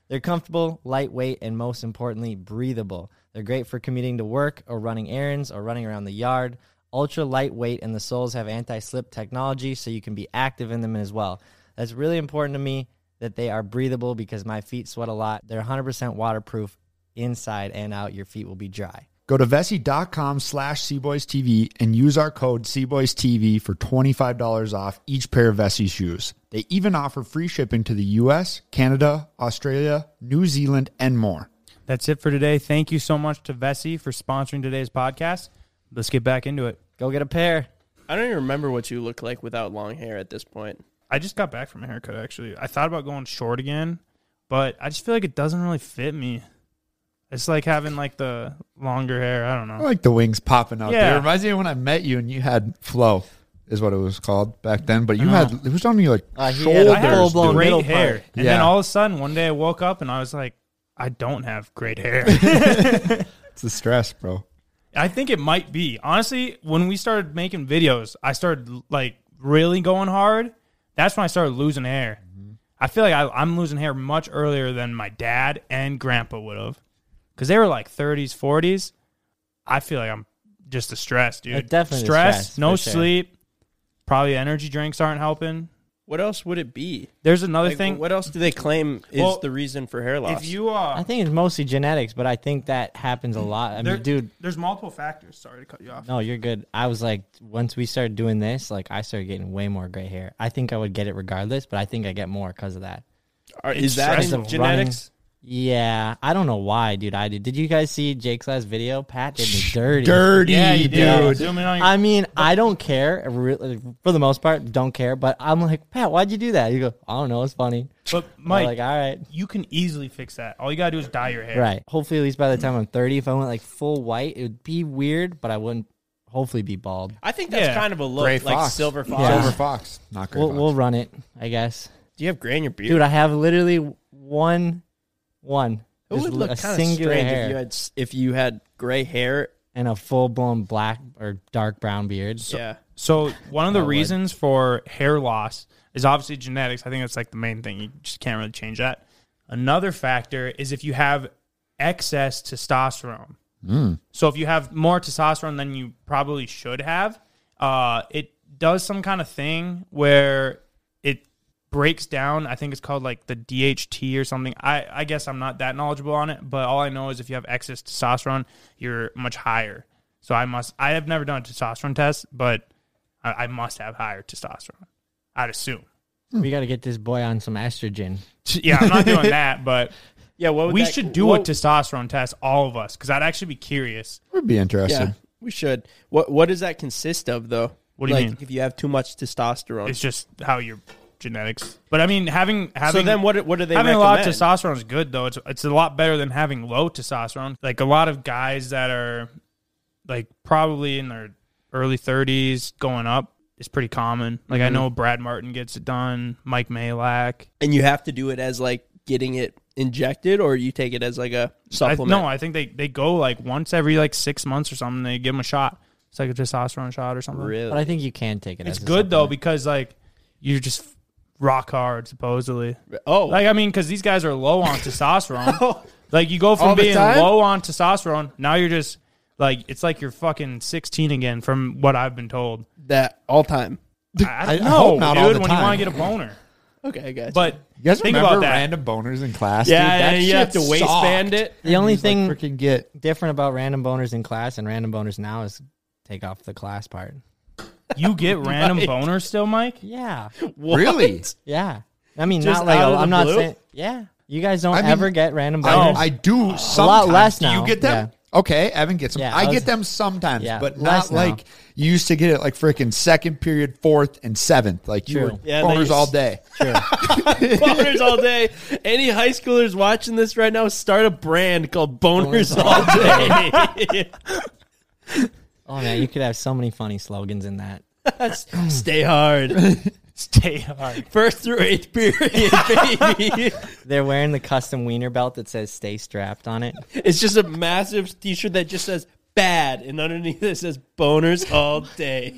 They're comfortable, lightweight, and most importantly, breathable. They're great for commuting to work or running errands or running around the yard. Ultra lightweight, and the soles have anti slip technology, so you can be active in them as well. That's really important to me that they are breathable because my feet sweat a lot. They're 100% waterproof inside and out. Your feet will be dry.
Go to Vessi.com slash TV and use our code TV for $25 off each pair of Vessi shoes. They even offer free shipping to the US, Canada, Australia, New Zealand, and more.
That's it for today. Thank you so much to Vessi for sponsoring today's podcast. Let's get back into it.
Go get a pair.
I don't even remember what you look like without long hair at this point.
I just got back from a haircut actually. I thought about going short again, but I just feel like it doesn't really fit me. It's like having like the longer hair. I don't
I
know.
like the wings popping out
Yeah.
there. It reminds me of when I met you and you had flow, is what it was called back then. But you had, it was on you like
Uh, he had
shoulders.
Uh-huh.
a
I have
full-blown
dude.
great
middle
hair.
part.
And then
Yeah.
all of a sudden one day I woke up and I was like, I don't have great (laughs) hair.
It's the stress, bro.
I think it might be. Honestly, when we started making videos, I started like really going hard. That's when I started losing hair.
Mm-hmm.
I feel like I, I'm losing hair much earlier than my dad and grandpa would have because they were like 30s, 40s. I feel like I'm just distressed, dude.
It definitely
stress,
distressed,
no
for sure.
sleep. Probably energy drinks aren't helping.
What else would it be?
There's another
Like,
thing.
what else do they claim is
Well,
the reason for hair loss?
if you uh,
I think it's mostly genetics, but I think that happens a lot. I
there-
mean, dude,
there's multiple factors. Sorry to cut you off.
no, you're good. I was like, once we started doing this, like I started getting way more gray hair. I think I would get it regardless, but I think I get more because of that.
Are, is that
It's
in
stressful.
genetics?
Yeah, I don't know why, dude. I did. Did you guys see Jake's last video? Pat did me dirty.
Dirty,
Yeah, you do.
dude.
Zoom in on your
I mean, I don't care really, for the most part. Don't care, but I'm like, Pat, why'd you do that? You go, I don't know. It's funny.
But
I'm
Mike,
like, all right.
you can easily fix that. All you gotta do is dye your hair.
Right. Hopefully, at least by the time I'm 30, if I went like full white, it would be weird, but I wouldn't hopefully be bald.
I think that's
Yeah.
kind of a look,
Gray
like
Fox.
silver fox.
Yeah.
Silver fox, not great.
We'll,
fox.
we'll run it, I guess.
Do you have gray in your beard?
Dude, I have literally one, one.
it
Just
would
li-
look kind of
singular
strange
hair
if you had s- if you had gray hair.
and a full blown black or dark brown beard.
yeah,
So one of the
would.
reasons for hair loss is obviously genetics. I think that's like the main thing. You just can't really change that. Another factor is if you have excess testosterone. So if you have more testosterone than you probably should have, uh, it does some kind of thing where it breaks down. I think it's called like the DHT or something. I, I guess I'm not that knowledgeable on it, but all I know is if you have excess testosterone, you're much higher. So I must. I have never done a testosterone test, but I, I must have higher testosterone.
(laughs)
I'd assume.
We got to get this boy on some estrogen.
Yeah, I'm not doing that, but
(laughs) yeah. What would
we
that-
should do
what,
a testosterone test, all of us, because I'd actually be curious.
would be interesting.
Yeah, we should. What What does that consist of though?
What do you
like,
mean?
If you have too much testosterone,
It's just how your genetics. But I mean, having having
so then what? What do they
having
recommend?
a lot of testosterone is good though. It's it's a lot better than having low testosterone. Like a lot of guys that are like probably in their early 30s going up is pretty common. Like
Mm-hmm.
I know Brad Martin gets it done, Mike Malak.
And you have to do it as like getting it injected, or you take it as like a
I,
supplement.
no, I think they, they go like once every like six months or something. They give them a shot. It's like a testosterone shot or something.
really.
But I think you can take it.
It's
as a
good though
supplement.
because like you're just rock hard supposedly.
oh,
Like I mean, because these guys are low
(laughs)
on testosterone.
Oh.
Like you go
All
from
the
being
time?
low on testosterone, now you're just like it's like you're fucking 16 again, from what I've been
(laughs)
told.
that all time.
I, I don't
I
know,
hope not all
dude.
the
When you
time.
want to get a
(laughs)
boner,
Okay, I got
but
You guys
think
remember
about that.
random boners in class?
yeah,
dude? That
and you have to
shit
waistband
sucked.
it.
the only
Just, like,
thing
freaking get
different about random boners in class and random boners now is take off the class part.
You
(laughs)
get random boners still, Mike.
Yeah,
really.
yeah. I mean,
Just
not like
out of
a,
the
I'm not
blue?
saying. Yeah, you guys don't
I mean,
ever get random
I,
boners.
I do sometimes.
less
Do
now.
you get them? Okay, Evan gets them.
Yeah,
I
I was-
get them sometimes,
Yeah,
but
less
not
now.
like you used to get it like freaking second period, fourth, and seventh. Like you were
True.
Yeah,
boners
they-
all day.
(laughs) boners all day. Any high schoolers watching this right now, start a brand called Boners All Day. (laughs)
oh man, you could have so many funny slogans in that.
Stay hard. (laughs)
Stay hard.
First through eighth (laughs) period, baby.
They're wearing the custom wiener belt that says "Stay strapped" on
(laughs)
it.
It's just a massive T-shirt that just says "bad" and underneath it says "boners all (laughs) day."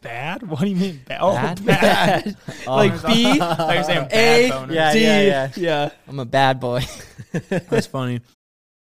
Bad? What do you mean bad? Oh, (laughs)
Bad?
bad.
Oh,
like B,
Like you're
(laughs)
saying
A,
bad boners.
Yeah,
D,
yeah, yeah.
yeah.
I'm a
(laughs)
bad boy.
That's funny.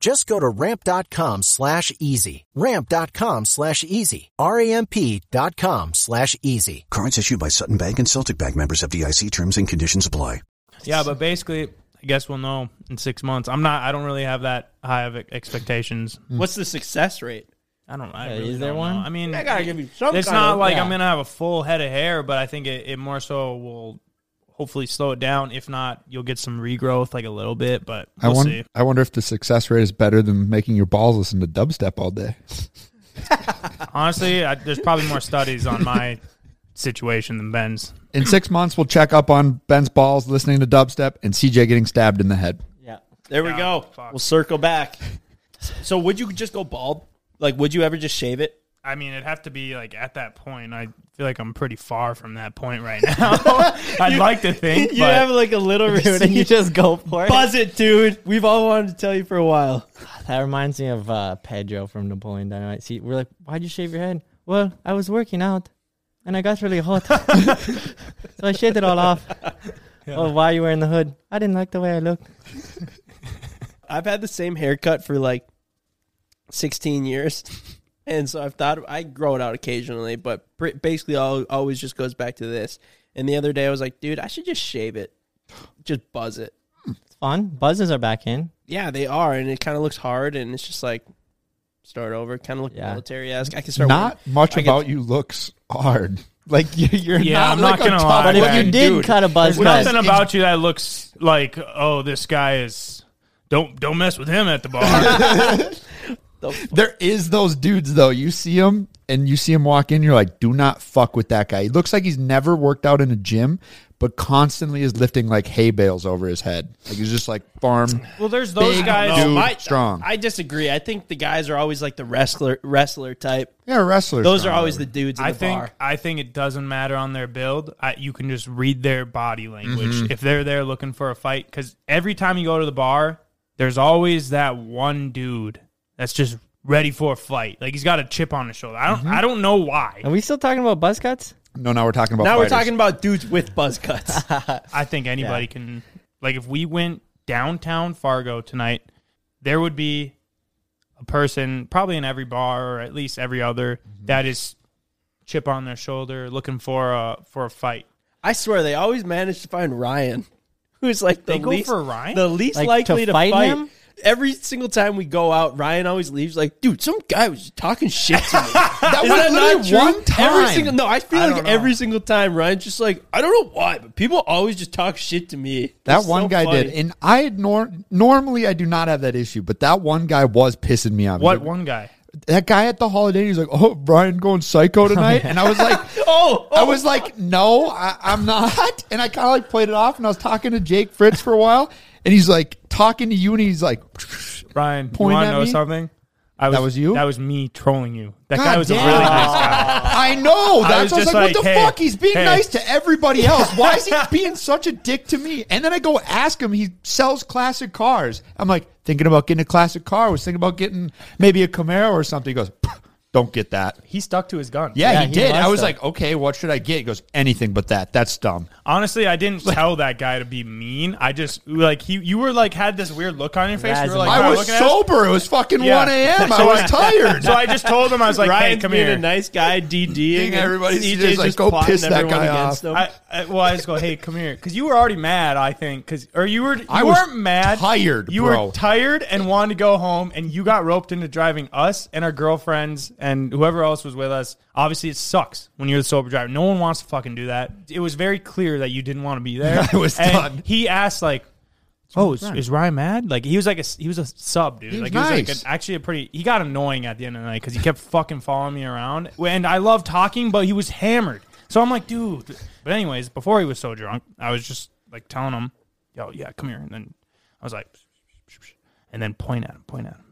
Just go to ramp.com slash easy. Ramp.com slash easy. R-A-M-P dot com slash easy. Cards issued by Sutton Bank and Celtic Bank members of DIC terms and conditions apply.
Yeah, but basically, I guess we'll know in six months. I'm not. I don't really have that high of expectations.
What's the success rate?
I don't. I
Yeah,
really
is there
don't
one?
know. I mean,
I gotta give you some.
it's
kind
not
of-
like
yeah.
I'm gonna have a full head of hair, but I think it, it more so will hopefully slow it down. If not, you'll get some regrowth, like a little bit, but
I
we'll
wonder,
see.
I wonder if the success rate is better than making your balls listen to dubstep all day.
Honestly, I, there's probably more studies on my situation than Ben's.
In six months, we'll check up on Ben's balls listening to dubstep and CJ getting stabbed in the head.
yeah.
There we go.
fuck.
We'll circle back. So would you just go bald? Like, would you ever just shave it?
I mean, it'd have to be like at that point. I feel like I'm pretty far from that point right (laughs) now. I'd like to
(laughs)
think,
You
but
have like a little
Dude, and you
receipt.
just go for it.
Buzz it, dude. We've all wanted to tell you for a while.
That reminds me of uh, Pedro from Napoleon Dynamite. See, we're like, why'd you shave your head? Well, I was working out, and I got really hot, (laughs) so I shaved it all off. Oh, why are you wearing the hood? I didn't like the way I looked.
I've had the same haircut for like 16 years.
(laughs)
And so I've thought I grow it out occasionally, but pr- basically all, always just goes back to this. And the other day I was like, dude, I should just shave it. Just buzz it.
It's fun. Buzzes are back in.
Yeah, they are. And it kind of looks hard. And it's just like, start over. Kind of look military esque. I can start.
not
wearing-
much
I could-
about you looks hard. (laughs) Like you- you're
Yeah,
not.
I'm not
like
gonna lie.
a top
But if
guy.
you did Dude,
cut a buzz
There's
cut.
nothing about you that looks like, oh, this guy is. Don't don't mess with him at the bar.
There is those dudes though. You see them and you see him walk in. You're like, do not fuck with that guy. He looks like he's never worked out in a gym, but constantly is lifting like hay bales over his head. Like he's just like farm.
well, there's those
Big
guys.
dude, strong.
I disagree. I think the guys are always like the wrestler wrestler type.
yeah, wrestlers.
Those are
strong,
always the
whatever.
dudes. In
I
the
think
bar.
I think it doesn't matter on their build. I, you can just read their body language
Mm-hmm.
Mhm.
if they're there looking for a fight. Because every time you go to the bar, there's always that one dude that's just ready for a fight. Like he's got a chip on his shoulder. I don't
Mm-hmm.
I don't know why.
Are we still talking about buzz cuts?
No, now we're talking about.
now
fighters.
we're talking about dudes with buzz cuts.
(laughs)
I think anybody can. Like, if we went downtown Fargo tonight, there would be a person, probably in every bar or at least every other,
Mm-hmm.
that is chip on their shoulder, looking for a for a fight.
I swear they always manage to find Ryan, (laughs) who's like the
They go
least
for Ryan?
the least
Like,
likely
to
to
fight
fight.
him?
Every single time we go out, Ryan always leaves like, dude, some guy was talking shit to me. that
was literally one time.
Every single no, I feel
I
like
don't know.
every single time Ryan's just like, I don't know why, but people always just talk shit to me.
That
It's
one
so
guy
funny.
did, and I had nor- normally I do not have that issue, but that one guy was pissing me off. He's
What
like,
one guy?
that guy at the Holiday? He's like, "Oh, Brian
(laughs)
going psycho tonight," and I was like,
Oh,
I was like, "No, I- I'm not," and I kind of like played it off, and I was talking to Jake Fritz for a while, and he's like talking to you, and he's like,
Ryan,
Point
you want
at
to know
me?
something? I
That was you?
That was me trolling you. That
God
guy was
damn.
a really nice guy.
(laughs) I know.
I
That's
was
I was,
just
like, what
like,
the
hey,
fuck? He's being
hey.
nice to everybody else. Why
(laughs)
is he being such a dick to me? And then I go ask him. He sells classic cars. I'm like, thinking about getting a classic car. I was thinking about getting maybe a Camaro or something. He goes, "Pff, don't get that.
He stuck to his gun.
Yeah,
Yeah,
he,
he
did.
must
I was
have.
like, okay, what should I get? He goes, anything but that. That's dumb.
Honestly, I
(laughs)
didn't tell that guy to be mean. I just like he. You were like had this weird look on your face. You were like,
Razzing.
"Wow,
I was
looking at us."
sober. It was fucking
Yeah.
1 a.m. I
(laughs) So
was
I-
tired.
So I just told him I was like,
Ryan's
"Hey, come
being
here."
a nice guy, DD,
Think everybody's
and E
just like, go
plotting
piss that
everyone
guy
against
off.
them.
I, I, well, I just go, hey, come here, because you were already mad, I think, because or you were you
I was
weren't mad,
tired,
you
bro.
were tired and wanted to go home, and you got roped into driving us and our girlfriends and whoever else was with us. Obviously, it sucks when you're the sober driver. No one wants to fucking do that. It was very clear that you didn't want to be there.
(laughs) I was
and
done.
He asked like. Oh, is, is Ryan mad? Like he was like a he was a sub dude.
He
like
was
he was like
nice.
an, actually a pretty. He got annoying at the end of the night because he kept fucking following me around. And I love talking, but he was hammered. So I'm like, dude. But anyways, before he was so drunk, I was just like telling him, "Yo, yeah, come here." And then I was like, and then point at him, point at him.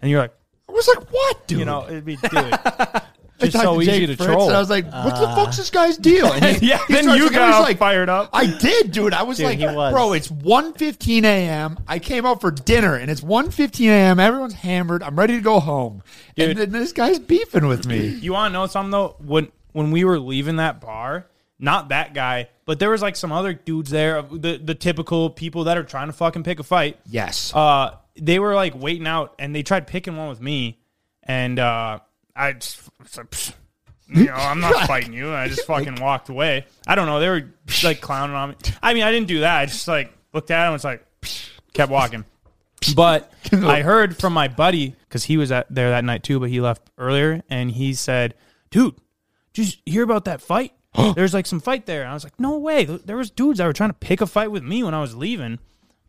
And you're like,
I was like, what, dude?
you know, it'd be dude,
I
just
talked
so
to
easy
Jake
to
Fritz,
troll.
And I was like, what the fuck's
(laughs)
this guy's deal? And
Yeah, then
starts
you
looking-
got
he's
fired up.
I did, dude. I was
Dude,
like,
he was.
bro, it's 1.15 a.m. I came out for dinner and it's 1.15 a.m. Everyone's hammered. I'm ready to go home.
Dude.
And then this guy's beefing with me.
You want to know something though? When when we were leaving that bar, not that guy, but there was like some other dudes there, the the typical people that are trying to fucking pick a fight.
Yes.
Uh, they were like waiting out, and they tried picking one with me, and uh, I just, it's like, "Psh, you know, I'm not fighting you. I just fucking walked away. I don't know. They were like clowning on me. I mean, I didn't do that. I just like looked at him. and was like, "Psh," kept walking. But I heard from my buddy because he was at there that night too, but he left earlier, and he said, "Dude, did you hear about that (gasps) fight? There's like some fight there." And I was like, "No way! There was dudes that were trying to pick a fight with me when I was leaving,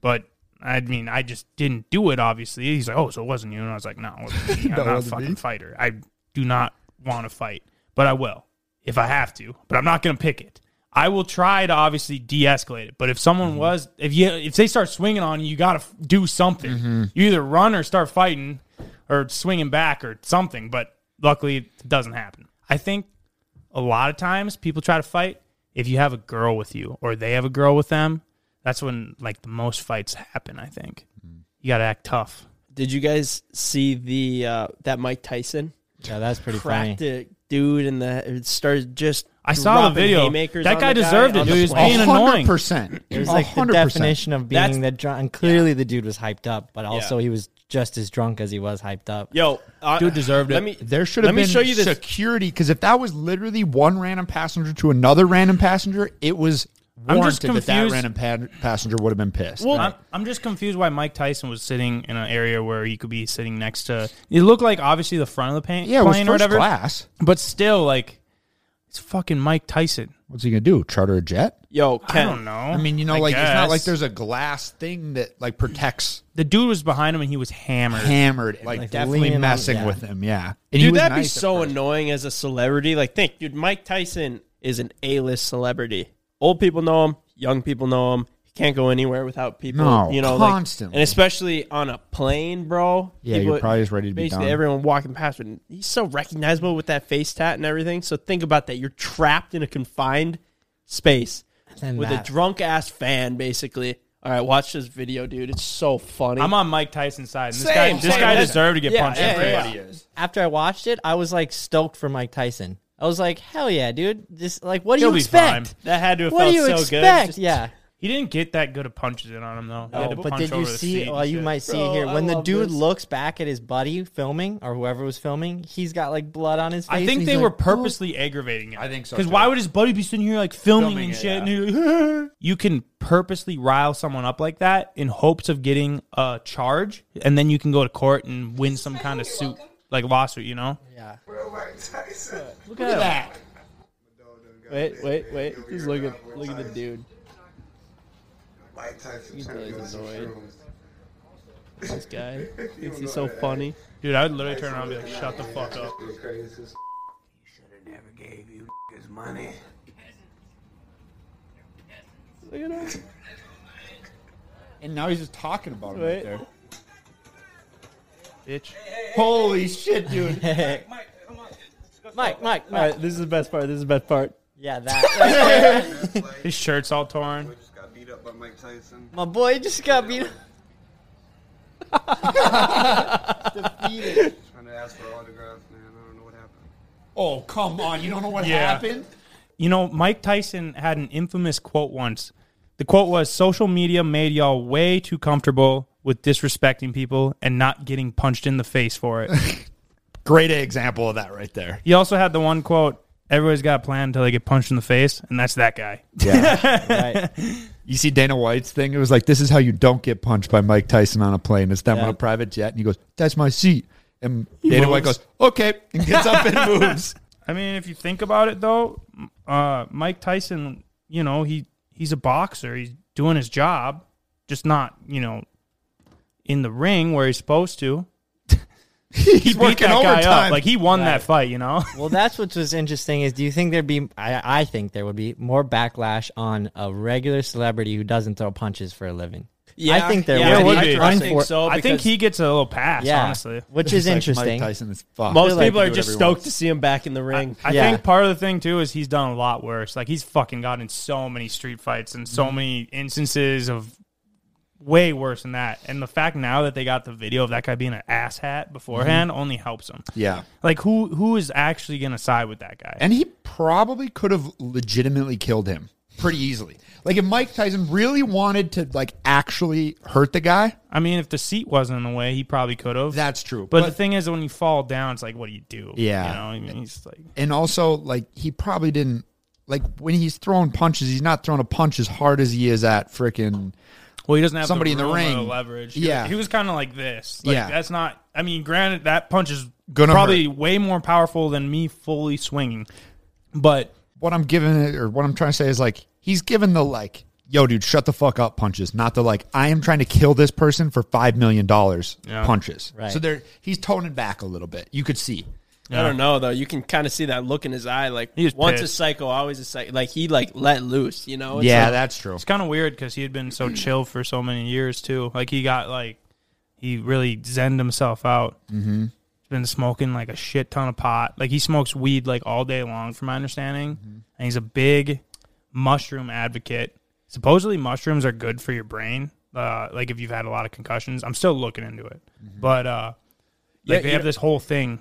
but." I mean, I just didn't do it. Obviously, he's like, "Oh, so it wasn't you?" And I was like, "No, it wasn't (laughs) me. I'm not a
wasn't
fucking fighter. I do not want to fight, but I will if I have to. But I'm not going to pick it. I will try to obviously de-escalate it. But if someone was, if you, if they start swinging on you, you got to do something. You either run or start fighting, or swinging back or something. But luckily, it doesn't happen. I think a lot of times people try to fight if you have a girl with you or they have a girl with them. That's when like the most fights happen. I think you got to act tough.
Did you guys see the uh, that Mike Tyson
Yeah, that's pretty funny.
cracked a dude and the it started just
I saw the
dropping
video.
haymakers
That
on
guy
the
deserved it,
on
dude.
the
He was
plane.
being annoying.
100%.
It was like the definition of being
That's-
the drunk. And clearly, the dude was hyped up, but also
Yeah.
he was just as drunk as he was hyped up.
Yo, uh,
Dude deserved
let
it.
Me,
There should have
let
been
me show you this.
security because if that was literally one random passenger to another random passenger, it was
I'm just
warranted that that
confused.
random pa- passenger would have been pissed.
Well, I'm, I'm just confused why Mike Tyson was sitting in an area where he could be sitting next to. It looked like obviously the front of the plane,
Yeah, it was
plane or
first
whatever,
class.
but still, like it's fucking Mike Tyson.
What's he gonna do? Charter a jet?
Yo,
I Ken. don't know.
I mean, you know,
I
like it's not
guess.
like there's a glass thing that like protects
The dude was behind him and he was hammered.
hammered, like,
Like,
definitely
leaning on-
messing
yeah.
with him. Yeah, and he
dude,
was
that'd be
nice at
so annoying as a celebrity. Like, think, dude, Mike Tyson is an A-list celebrity. Old people know him, young people know him. He can't go anywhere without people.
No,
you know, like-
constantly.
and especially on a plane, bro.
Yeah, you're probably just ready to be
Basically,
done.
everyone walking past him. He's so recognizable with that face tat and everything. So think about that. You're trapped in a confined space
And
with
that-
a drunk ass fan, basically. All right, watch this video, dude. It's so funny.
I'm on Mike Tyson's side. And this guy, this guy deserved to get punched in the face.
is.
After I watched it, I was like stoked for Mike Tyson. I was like, hell yeah, dude! Just like, what do
He'll
you
be
expect?
fine. That had to have
What do
felt
you
so
expect?
good. Just-
yeah.
He didn't get that good of punches in on him though. He had to
Oh, but
punch
did you
over the seat
see?
and
Well, you
shit.
might see
Bro,
here
I
when the
love
dude
this.
looks back at his buddy filming or whoever was filming. He's got like blood on his face.
I
and
think
he's
they
like,
were
"Who
purposely aggravating him. I
think so,
Because
too.
why would his buddy be sitting here like filming,
Filming
and
it,
shit? And he's like, (laughs) you can purposely rile someone up like that in hopes of getting a charge, and then you can go to court and win some kind of suit, like lawsuit. You know?
Look at that. Wait, wait, wait. Just look at look at the dude.
Mike Tyson
He's really
trying to do some
annoyed.
shrooms.
This (laughs) guy thinks he's so funny.
Dude, I would literally turn around and be like, "Shut the fuck up."
It's crazy. He should have never gave you his money.
Look at him.
first. and now he's just talking about him
Wait.
right there.
Bitch.
Holy shit,
(laughs)
dude!
Mike, Mike,
All
Mike.
right, this is the best part. This is the best part.
Yeah, that.
His shirt's all torn.
Boy just got beat up by Mike Tyson.
My boy just got beat.
Trying to ask for autographs, man. I don't know what happened.
oh come on, you don't know what
Yeah.
happened.
You know, Mike Tyson had an infamous quote once. The quote was Social media made y'all way too comfortable with disrespecting people and not getting punched in the face for
(laughs)
it.
Great example of that right there.
he also had the one quote Everybody's got a plan until they get punched in the face, and that's that guy.
right.
(laughs) You see Dana White's thing. It was like this is how you don't get punched by Mike Tyson on a plane. It's them
Yeah.
on a private jet, and he goes, "That's my seat." And Dana White goes, "Okay," and gets up and moves.
I mean, if you think about it, though, m- uh, Mike Tyson, you know, he he's a boxer. He's doing his job, just not, you know, in the ring where he's supposed to. he beat
working
that guy
overtime.
up. Like, he won that fight, you know?
Well, that's what was interesting. Is do you think there'd be? I, I think there would be more backlash on a regular celebrity who doesn't throw punches for a living. I think there
yeah,
would
I
be.
think- I think so.
I think
because
he gets a little pass,
Yeah,
honestly. (laughs)
which is
It's like
interesting.
Mike Tyson is fucked.
most
feel like
people
he
are
can do
just
whatever he
stoked to see him back in the ring.
I
Yeah.
think part of the thing too is he's done a lot worse. Like he's fucking gotten in so many street fights and so
Mm-hmm.
many instances of way worse than that. And the fact now that they got the video of that guy being an ass hat beforehand only helps him.
Mm-hmm. Yeah.
Like who who is actually gonna side with that guy?
And he probably could have legitimately killed him pretty easily. Like if Mike Tyson really wanted to like actually hurt the guy,
I mean, if the seat wasn't in the way, he probably could have.
that's true.
but, the thing is, when you fall down, it's like, what do you do?
Yeah.
you know, I mean, he's like,
and also like he probably didn't like when he's throwing punches, he's not throwing a punch as hard as he is at freaking
Well, he doesn't have
somebody in
the
the
room or
ring.
leverage. He
Yeah.
was, he was kind of like this. Like,
Yeah.
that's not. I mean, granted, that punch is
Gonna
probably way more powerful than me fully swinging, but
what I'm giving it or what I'm trying to say is like he's given the like yo dude shut the fuck up punches not the like I am trying to kill this person for 5 million dollars punches.
Right.
So there he's toning back a little bit. You could see.
I don't know though. You can kind of see that look in his eye. Like
He was
once a
pissed.
psycho, always a psycho. Like he like let loose. You know? It's
yeah,
like-
that's true.
it's kind of weird because he had been so chill for so many years too. Like he got like he really zened himself out. Mm-hmm. He's been smoking like a shit ton of pot. Like he smokes weed like all day long, from my understanding.
Mm-hmm.
And he's a big mushroom advocate. Supposedly, mushrooms are good for your brain. Uh, like if you've had a lot of concussions, I'm still looking into it. But uh, like
Mm-hmm. Yeah,
they
you
have
know-
this whole thing.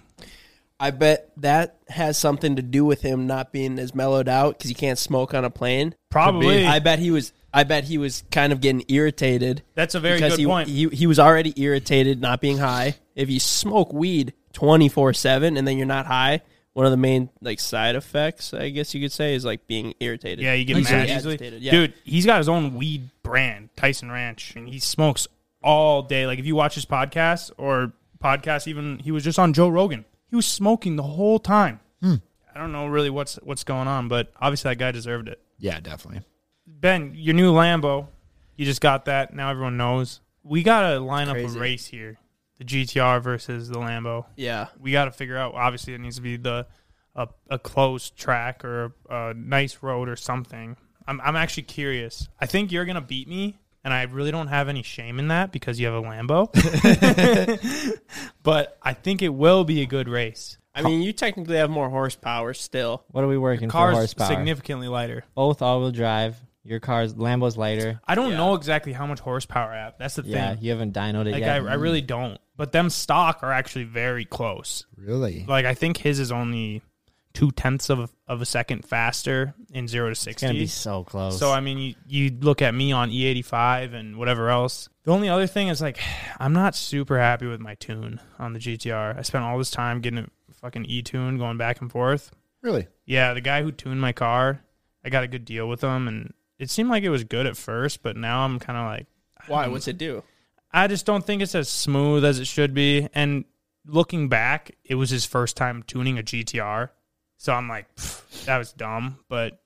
I bet that has something to do with him not being as mellowed out because you can't smoke on a plane.
Probably.
I bet he was. I bet he was kind of getting irritated.
That's a very
because
good
he,
point.
He, he was already irritated not being high. If you smoke weed twenty four seven and then you're not high, one of the main like side effects, I guess you could say, is like being irritated.
Yeah, you get
Easily
mad easily.
agitated, Yeah.
Dude, he's got his own weed brand, Tyson Ranch, and he smokes all day. Like if you watch his podcast or podcast, even he was just on Joe Rogan. He was smoking the whole time.
Hmm.
I don't know really what's what's going on, but obviously that guy deserved it.
Yeah, definitely.
Ben, your new Lambo, you just got that. Now everyone knows. We gotta line up a
Crazy.
race here: the GTR versus the Lambo.
Yeah.
we gotta figure out. Obviously, it needs to be the a, a closed track or a, a nice road or something. I'm I'm actually curious. I think you're gonna beat me, and I really don't have any shame in that because you have a Lambo. (laughs) but I think it will be a good race.
I mean, you technically have more horsepower still.
What are we working for
Car's
horsepower?
significantly lighter.
Both all-wheel drive. Your car's Lambo's lighter.
I don't know exactly how much horsepower I have. That's the
Yeah,
thing.
you haven't dynoed it
Like I,
yet.
I really don't. But them stock are actually very close.
Really?
Like I think his is only two tenths of of a second faster in zero to sixty.
gonna be so close.
So I mean, you you look at me on E eighty five and whatever else. The only other thing is like (sighs) I'm not super happy with my tune on the GTR. I spent all this time getting it fucking e tune going back and forth.
Really?
Yeah, the guy who tuned my car, I got a good deal with him, and it seemed like it was good at first, but now I'm kind of like.
Why? What's it do?
I just don't think it's as smooth as it should be. And looking back, it was his first time tuning a GTR. So I'm like, "Pff, that was dumb, but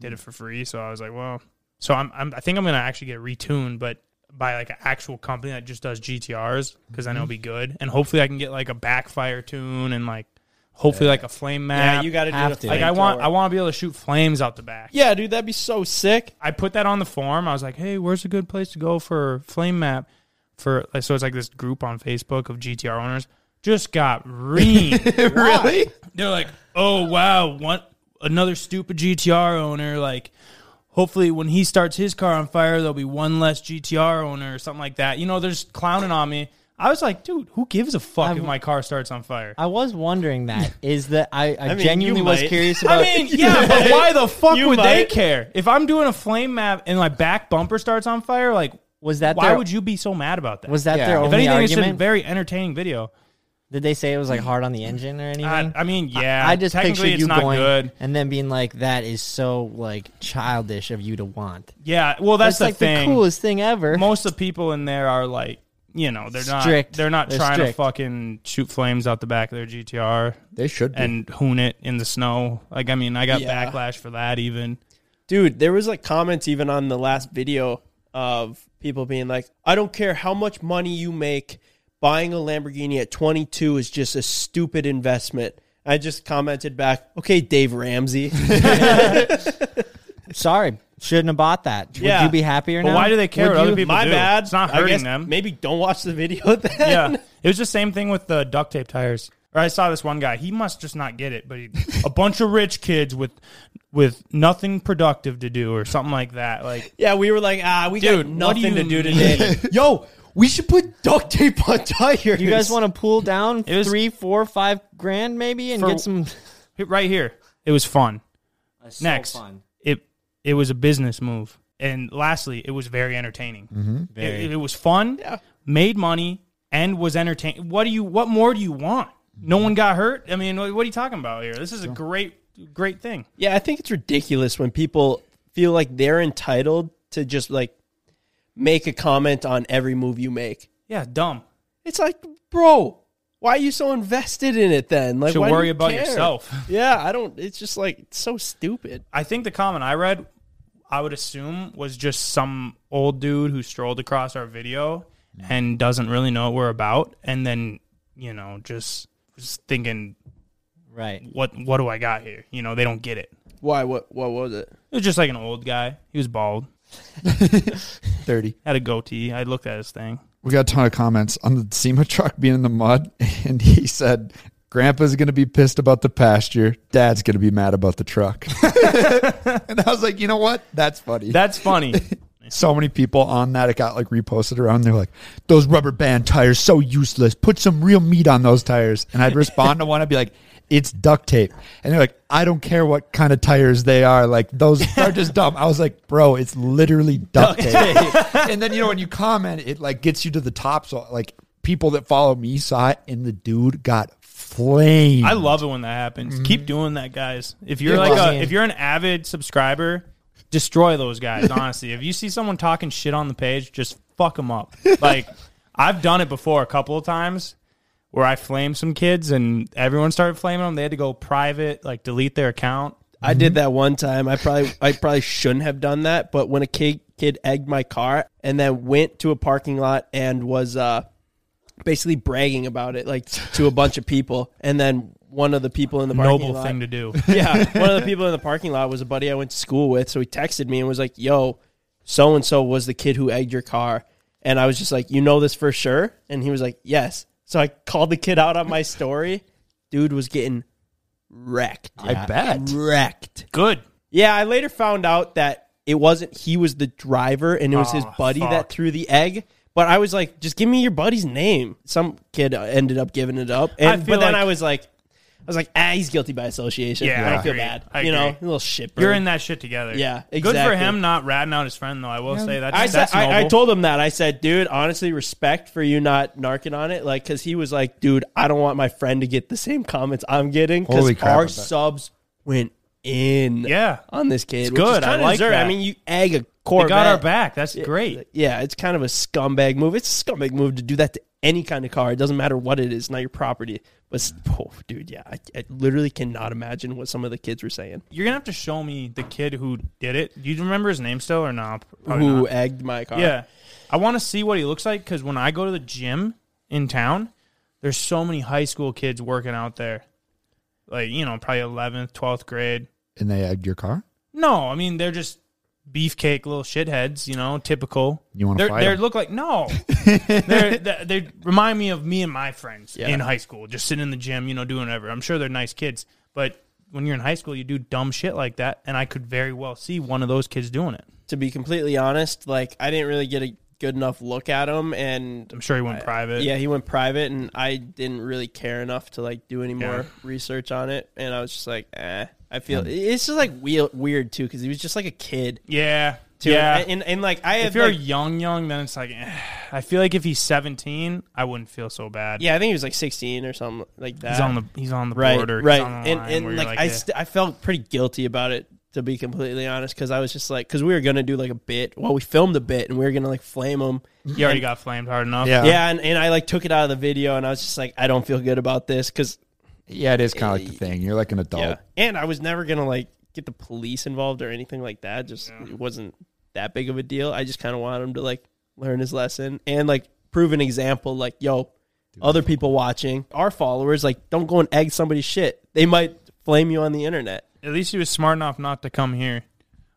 did it for free. So I was like, well, so I'm, I'm I think I'm gonna actually get retuned, but by like an actual company that just does GTRs because I know it'll be good, and hopefully I can get like a backfire tune and like hopefully like a flame map.
Yeah, you gotta do Have the to.
like I want
flamethrower.
I want to be able to shoot flames out the back.
Yeah, dude, that'd be so sick.
I put that on the form. I was like, hey, where's a good place to go for flame map? For like, so it's like this group on Facebook of GTR owners just
(laughs)
got reamed.
really?
They're like, oh wow, one another stupid GTR owner. Like, hopefully when he starts his car on fire, there'll be one less GTR owner or something like that. You know, they're just clowning on me. I was like, dude, who gives a fuck if my car starts on fire?
(laughs) I was
(laughs)
wondering that is that I, I,
mean, you
genuinely was
might.
curious
(laughs)
about.
I mean,
(laughs)
yeah, but why the fuck
You
would they
might.
care? If I'm doing a flame map and my back bumper starts on fire, like
was that
why
their-
would you be so mad about that?
Was that their
If
only
anything, it's a
argument?
very entertaining video.
Did they say it was like hard on the engine or anything?
I, I mean, yeah.
Mm-hmm. I, I just
technically
pictured
it's
you
not
going
good.
and then being like, "That is so like childish of you to want."
Yeah, well, that's,
That's,
the
like, the
thing.
coolest thing ever.
Most of the people in there are like, you know, they're
Strict.
not. They're not
They're
trying
strict.
to fucking shoot flames out the back of their GTR.
They should be.
and hoon it in the snow. Like, I mean, I got
Yeah.
backlash for that
(laughs)
even.
Dude, there was like comments even on the last video of people being like, I don't care how much money you make, buying a Lamborghini at 22 is just a stupid investment. I just commented back, okay, Dave
(laughs)
Ramsey.
Sorry, shouldn't have bought that. Would you be happier
But
now?
why do they care
Would
what other
you?
people
My
do?
bad.
It's not
I
hurting
guess
them.
Maybe don't watch the video (laughs) then.
Yeah. It was just same thing with the duct tape tires. Or I saw this one guy. He must just not get it, but he, a bunch of rich kids with with nothing productive to do or something like that. Like
Yeah, we were like, ah, we
Dude,
got
what do
nothing to
you
do
(laughs)
today. Yo, we should put duct tape on tires.
You guys want to pull down three, four, five grand maybe and
For- (laughs)
get some?
right here. It was fun.
so
Next,
fun.
it it was a business move, and lastly, it was very entertaining.
Mhm.
It-
Very.
It, was fun, made money, and was entertaining. What do you? What more do you want? No one got hurt. I mean, what what are you talking about here? This is a great great thing.
Yeah, I think it's ridiculous when people feel like they're entitled to just like make a comment on every move you make.
Yeah, dumb.
It's like, bro, why are you so invested in it then? Like,
Should
why do
worry
you
about
care?
yourself. (laughs)
Yeah, I don't. It's just like it's so stupid.
I think the comment I read, I would assume, was just some old dude who strolled across our video and doesn't really know what we're about, and then you know just was thinking,
right?
What what do I got here? You know, they don't get it.
Why? What? What was it?
It was just like an old guy. He was bald,
thirty,
had a goatee. I looked at his thing.
We got a ton of comments on the SEMA truck being in the mud, (laughs) and he said, Grandpa's going to be pissed about the pasture. Dad's going to be mad about the truck. (laughs) and I was like, you know what? That's funny.
That's funny.
so many people on that, it got like reposted around. They're like, those rubber band tires, so useless. Put some real meat on those tires. And I'd respond to one, I'd be like, it's duct tape. And they're like, I don't care what kind of tires they are. Like, those are just dumb. I was like, bro, it's literally duct tape. and then you know when you comment, it like gets you to the top. So like people that follow me saw it, and the dude got flames.
I love it when that
Mm-hmm.
happens. Keep doing that, guys. If you're
Yeah,
like
well-
a, if you're an avid subscriber, destroy
(laughs)
those guys. Honestly, if you see someone talking shit on the page, just fuck them up.
(laughs)
Like I've done it before a couple of times where I flamed some kids and everyone started flaming them. They had to go private, like delete their account.
I did that one time. I probably I probably shouldn't have done that, but when a kid kid egged my car and then went to a parking lot and was uh basically bragging about it like to a bunch of people and then one of the people in the parking
Noble
lot-
thing to do.
(laughs) Yeah, one of the people in the parking lot was a buddy I went to school with, so he texted me and was like, "Yo, so and so was the kid who egged your car." And I was just like, "You know this for sure?" And he was like, "Yes." So I called the kid out on my story. Dude was getting wrecked.
I bet.
Wrecked.
Good.
Yeah, I later found out that it wasn't he was the driver and it was his
Oh,
buddy
fuck.
that threw the egg. But I was like, just give me your buddy's name. Some kid ended up giving it up.
I
And
feel
but then
like-
I was like I was like, ah, he's guilty by association.
Yeah,
I
I
don't feel
agree.
bad.
I
you know,
agree.
a little shit.
You're in that shit together.
Yeah,
Good for
exactly.
him not ratting out his friend though. I will say that's
I, said,
that's
I, I
noble.
told him that. I said, dude, honestly, respect for you not narking on it. Like, because he was like, dude, I don't want my friend to get the same comments I'm getting.
Holy
Because
crap, I
our
bet.
subs went in
yeah.
on this kid.
It's
which is
good. I
kinda
like
deserved.
that.
I mean, you egg a
They
Corvette.
got our back. That's
Yeah,
great.
Yeah, it's kind of a scumbag move. It's a scumbag move to do that to any kind of car. It doesn't matter what it is, not your property. But, s- oh, dude, yeah, I, I literally cannot imagine what some of the kids were saying.
You're gonna have to show me the kid who did it. Do you remember his name still or not? Probably
Who uh,
not.
egged my car.
Yeah, I want to see what he looks like because when I go to the gym in town, there's so many high school kids working out there, like you know, probably 11th, 12th grade.
And they egged your car?
No, I mean they're just beefcake little shitheads, you know, typical.
You wanna
They're-
fight
They
'em?
look like
(laughs)
no. they're, they they remind me of me and my friends
Yeah.
in high school, just sitting in the gym, you know, doing whatever. I'm sure they're nice kids, but when you're in high school, you do dumb shit like that, and I could very well see one of those kids doing it.
to be completely honest, like I didn't really get a good enough look at him, and
I'm sure he went private.
Uh, Yeah, he went private, and I didn't really care enough to like do any more research on it, and I was just like, eh. I feel it's just like weird, weird too, because he was just like a kid.
Yeah,
Too.
yeah.
and, and, like I have
if you're
like-
young, young, then it's like, eh. I feel like if he's 17, I wouldn't feel so bad.
Yeah, I think he was like 16 or something like that.
on the- he's on the
right,
border, he's
Right,
on the
and
line where
and
you're
like,
like,
I
eh.
st- I felt pretty guilty about it to be completely honest because I was just like because we were gonna do like a bit well we filmed a bit and we were gonna like flame him.
You
And-
already got flamed hard enough.
Uh-huh.
Yeah, and, and I like took it out of the video and I was just like I don't feel good about this because
Yeah, it is kind of like the thing. You're like an adult.
yeah, and I was never gonna like get the police involved or anything like that. Just it wasn't that big of a deal. I just kind of wanted him to like learn his lesson and like prove an example. Like, yo, other people watching, our followers, like, don't go and egg somebody's shit. They might flame you on the internet.
At least he was smart enough not to come here.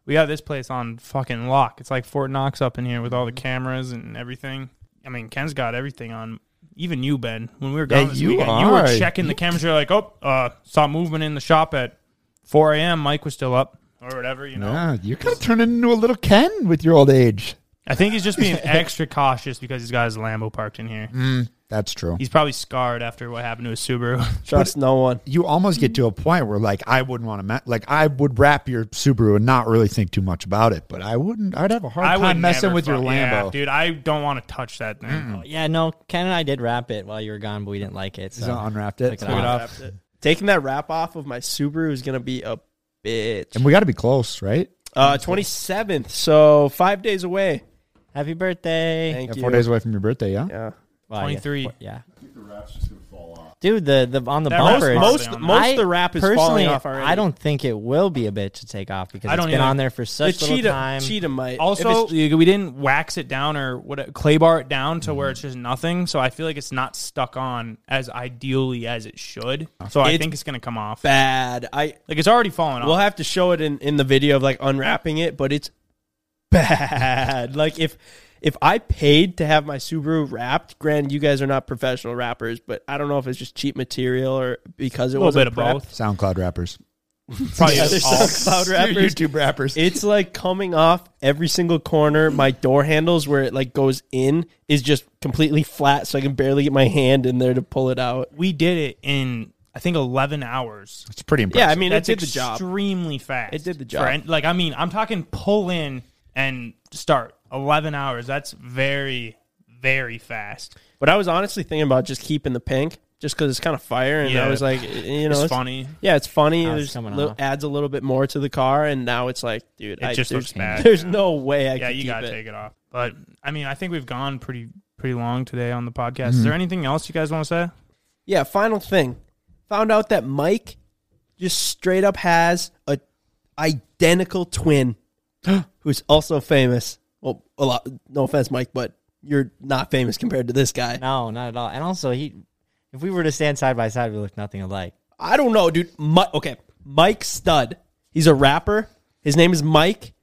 We have this place on fucking lock. It's like Fort Knox up in here with all
Mm-hmm.
the cameras and everything. I mean, Ken's got everything on. Even you, Ben, when we were gone
Yeah,
this
you
weekend, you were
are.
checking the cameras. You're like, oh, uh, saw movement in the shop at 4 a.m. Mike was still up or whatever, you know.
Yeah, you're kind of turning into a little Ken with your old age.
I think he's just
(laughs)
being extra cautious because he's got his Lambo parked in here.
Mm, that's true.
He's probably scarred after what happened to his Subaru. (laughs)
Trust no one.
You almost get to a point where, like, I wouldn't want to, ma- like, I would wrap your Subaru and not really think too much about it, but I wouldn't, I'd have a hard time messing
never
with your
fuck-
Lambo.
yeah, dude. I don't want to touch that thing.
Yeah, no, Ken and I did wrap it while you were gone, but we didn't like it. So
So unwrapped it?
Took
Took it
off.
off.
Taking that wrap off of my Subaru is gonna be a bitch.
And we got to be close, right?
Uh, 27th, so five days away.
Happy birthday!
Thank
Yeah,
you.
four days away from your birthday, yeah?
Yeah.
Well, yeah.
23.
Yeah. Dude, the, the on the
That
bumper,
rap's probably
it's-
on. Most- most
I-
of the rap is
personally,
falling off already.
I don't think it will be a bit to take off because
I don't
it's been
either.
on there for such
the
little
cheetah,
(laughs)
time.
cheetah might.
Also, we didn't wax it down or what clay bar it down to where it's
Mm-hmm.
just nothing. So I feel like it's not stuck on as ideally as it should. So I
Uh-huh. It's
think it's gonna come off.
bad. I
Like it's already falling off.
We'll have to show it in, in the video of like unwrapping it, but it's bad. (laughs) like if if I paid to have my Subaru wrapped, granted you guys are not professional wrappers, but I don't know if it's just cheap material or because it
Little
was
bit of both.
SoundCloud rappers.
Probably
Yeah, (laughs)
just
there's
all- (laughs)
SoundCloud rappers.
YouTube rappers.
It's like coming off every single corner. My door handles where it like goes in is just completely flat, so I can barely get my hand in there to pull it out.
we did it in I think eleven hours.
It's pretty impressive.
Yeah, I mean
That's
it did the job.
extremely fast.
It did the
For
job.
an- like I mean, I'm talking pull in and start eleven hours. That's very very fast.
But I was honestly thinking about just keeping the pink just because it's kind of fire, and I
Yeah.
was like, you know,
It's funny.
Yeah, it's funny.
How
There's
it's coming
li-
off.
adds a little bit more to the car, and now it's like, dude,
It
I,
just
there's-
looks
(laughs)
bad.
There's no way I.
yeah,
could
you
keep
gotta
it.
take it off. But I mean, I think we've gone pretty pretty long today on the podcast. Is
Mhm.
there anything else you guys want to say?
Yeah, final thing. Found out that Mike just straight up has a identical
(gasps)
twin who's also famous. Well, a lot no offense, Mike, but you're not famous compared to this guy.
No, not at all. And also, he, if we were to stand side by side, we look nothing alike.
I don't know, dude. Mi- okay, Mike Stud. He's a rapper. His name is Mike.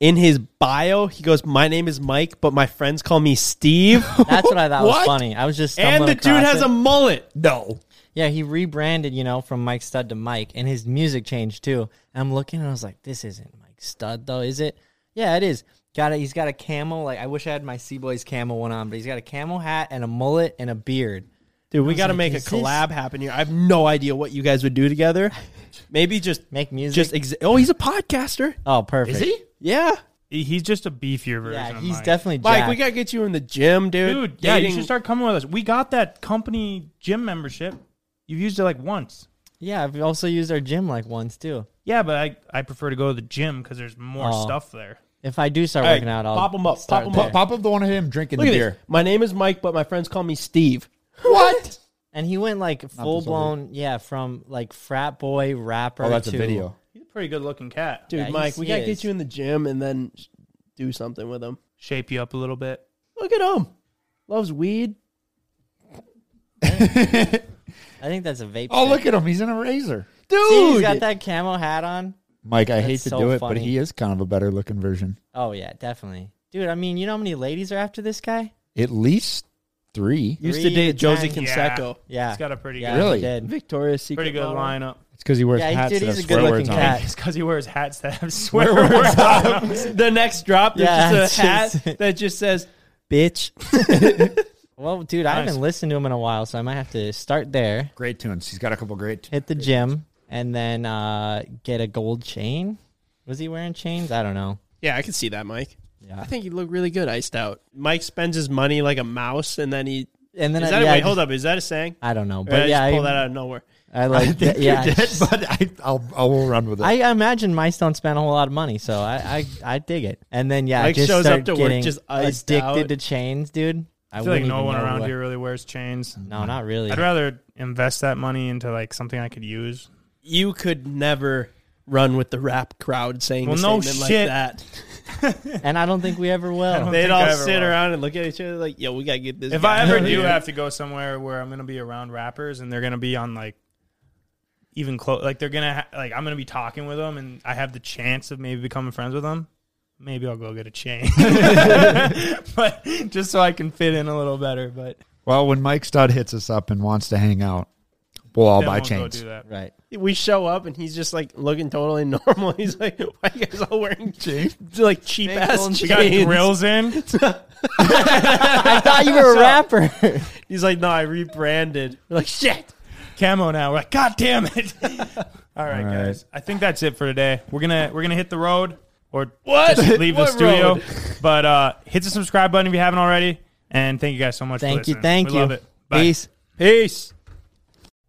In his bio, he goes, "My name is Mike, but my friends call me Steve."
(laughs) That's what
(laughs)
I thought was funny. I was just
and
stumbling
the dude
across
has
it.
a mullet. No,
Yeah, he rebranded, you know, from Mike Stud to Mike, and his music changed too. And I'm looking, and I was like, this isn't Mike Stud though, is it? Yeah, it is. Got it. He's got a camel. Like I wish I had my Sea Boys camel one on, but he's got a camel hat and a mullet and a beard.
Dude,
I
we
was
got to
like,
make a
is this-
collab happen here. I have no idea what you guys would do
(laughs)
together. Maybe just
make music.
Just exi- oh, he's a podcaster.
Oh, perfect.
Yeah,
He- He's just a beefier version.
Yeah,
of
he's
Mike.
definitely
Mike.
jacked.
We gotta get you in the gym, dude.
Dude, yeah, you
Dating-
should start coming with us. We got that company gym membership. You've used it like once.
Yeah, I've also used our gym like once too.
Yeah, but I, I prefer to go to the gym because there's more
Oh.
stuff there.
If I do start
All right,
working out, I'll
pop him up,
start
pop him
there.
up,
Pop up the one of him drinking
Look
the
at
beer.
this. My name is Mike, but my friends call me Steve. What?
And he went like full blown, yeah, from like frat boy rapper.
Oh, that's a
to-
video.
He's a pretty good looking cat.
Dude,
Yeah,
Mike,
he's-
we
he
gotta
is.
get you in the gym and then sh- do something with him.
Shape you up a little bit.
Look at him. Loves weed.
I think that's a vape.
Oh,
stick.
look at him. He's in a razor.
Dude,
See, he's got that camo hat on.
Mike, I
That's
hate to
so
do it,
funny.
but he is kind of a better looking version.
Oh yeah, definitely, dude. I mean, you know how many ladies are after this guy?
At least three.
used to
Three
date Josie
times-
Canseco.
Yeah,
He's got a pretty
yeah,
good,
Really?
he did.
Victoria's Secret.
pretty good
model.
lineup.
It's because he wears
Yeah, he-
hats
dude,
that
he's
have
a good
swear words
looking
on
cat.
it.
It's because he wears hats that have swear
(laughs)
words.
(laughs)
the next drop, there's
Yeah,
just a hat
it's just-
that just says
(laughs)
"bitch."
(laughs) Well, dude, I haven't listened to him in a while, so I might have to start there,
Great tunes. He's got a couple great tunes.
hit the gym, and then uh, get a gold chain. Was he wearing chains? I don't know.
yeah, I can see that, Mike.
Yeah.
I think he looked really good iced out. Mike spends his money like a mouse, and then he.
And then
is
I,
that
yeah,
a,
I
wait?
just-
Hold up, is that a saying?
I don't know,
Or
but
I
yeah,
just
I,
pull that out of nowhere.
I
(laughs)
like. that- (laughs) yeah, I (laughs)
you did,
just-
but (laughs) I, I'll, I will run with it.
I imagine mice don't spend a whole lot of money, so I I, I dig it. And then yeah,
Mike
just
shows
start
up to work
getting
just iced
addicted
out.
to chains, dude.
I feel like
wouldn't
no
even
one
know
around
what-
here really wears chains.
(laughs) No, not really.
I'd rather invest that money into like something I could use.
(laughs) You could never run with the rap crowd saying
Well,
a
no
statement
shit.
like that.
and I don't think
(laughs)
we ever will.
don't-
They'd
think
all
I ever
sit
will.
around and look at each other like, "Yo, we gotta get this."
If
guy
I ever
out of
do
here."
have to go somewhere where I'm gonna be around rappers and they're gonna be on like even close, like they're gonna ha- like I'm gonna be talking with them and I have the chance of maybe becoming friends with them. Maybe I'll go get a
(laughs)
chain, (laughs) but just so I can fit in a little better. But
well, when Mike Stud hits us up and wants to hang out, we'll all
then
buy
we'll go
chains.
do that.
(laughs) Right.
(laughs)
we show up and he's just like looking totally (laughs) normal. He's like, "Why you guys all
(laughs)
wearing jeans? (laughs) Like cheap
Big
ass
old
jeans?"
We got grills in.
I thought you were a rapper.
(laughs) He's like, "No, I rebranded." We're like, "Shit."
camo now. We're like, God damn it!
(laughs)
All right,
right.
guys. I think that's it for today. We're gonna we're gonna hit the road or
What?
just leave the
What
studio.
road?
But uh, hit the subscribe button if you haven't already. And thank you guys so much. for
thank you,
listening.
thank
We
you.
Love it. Bye.
Peace.
Peace.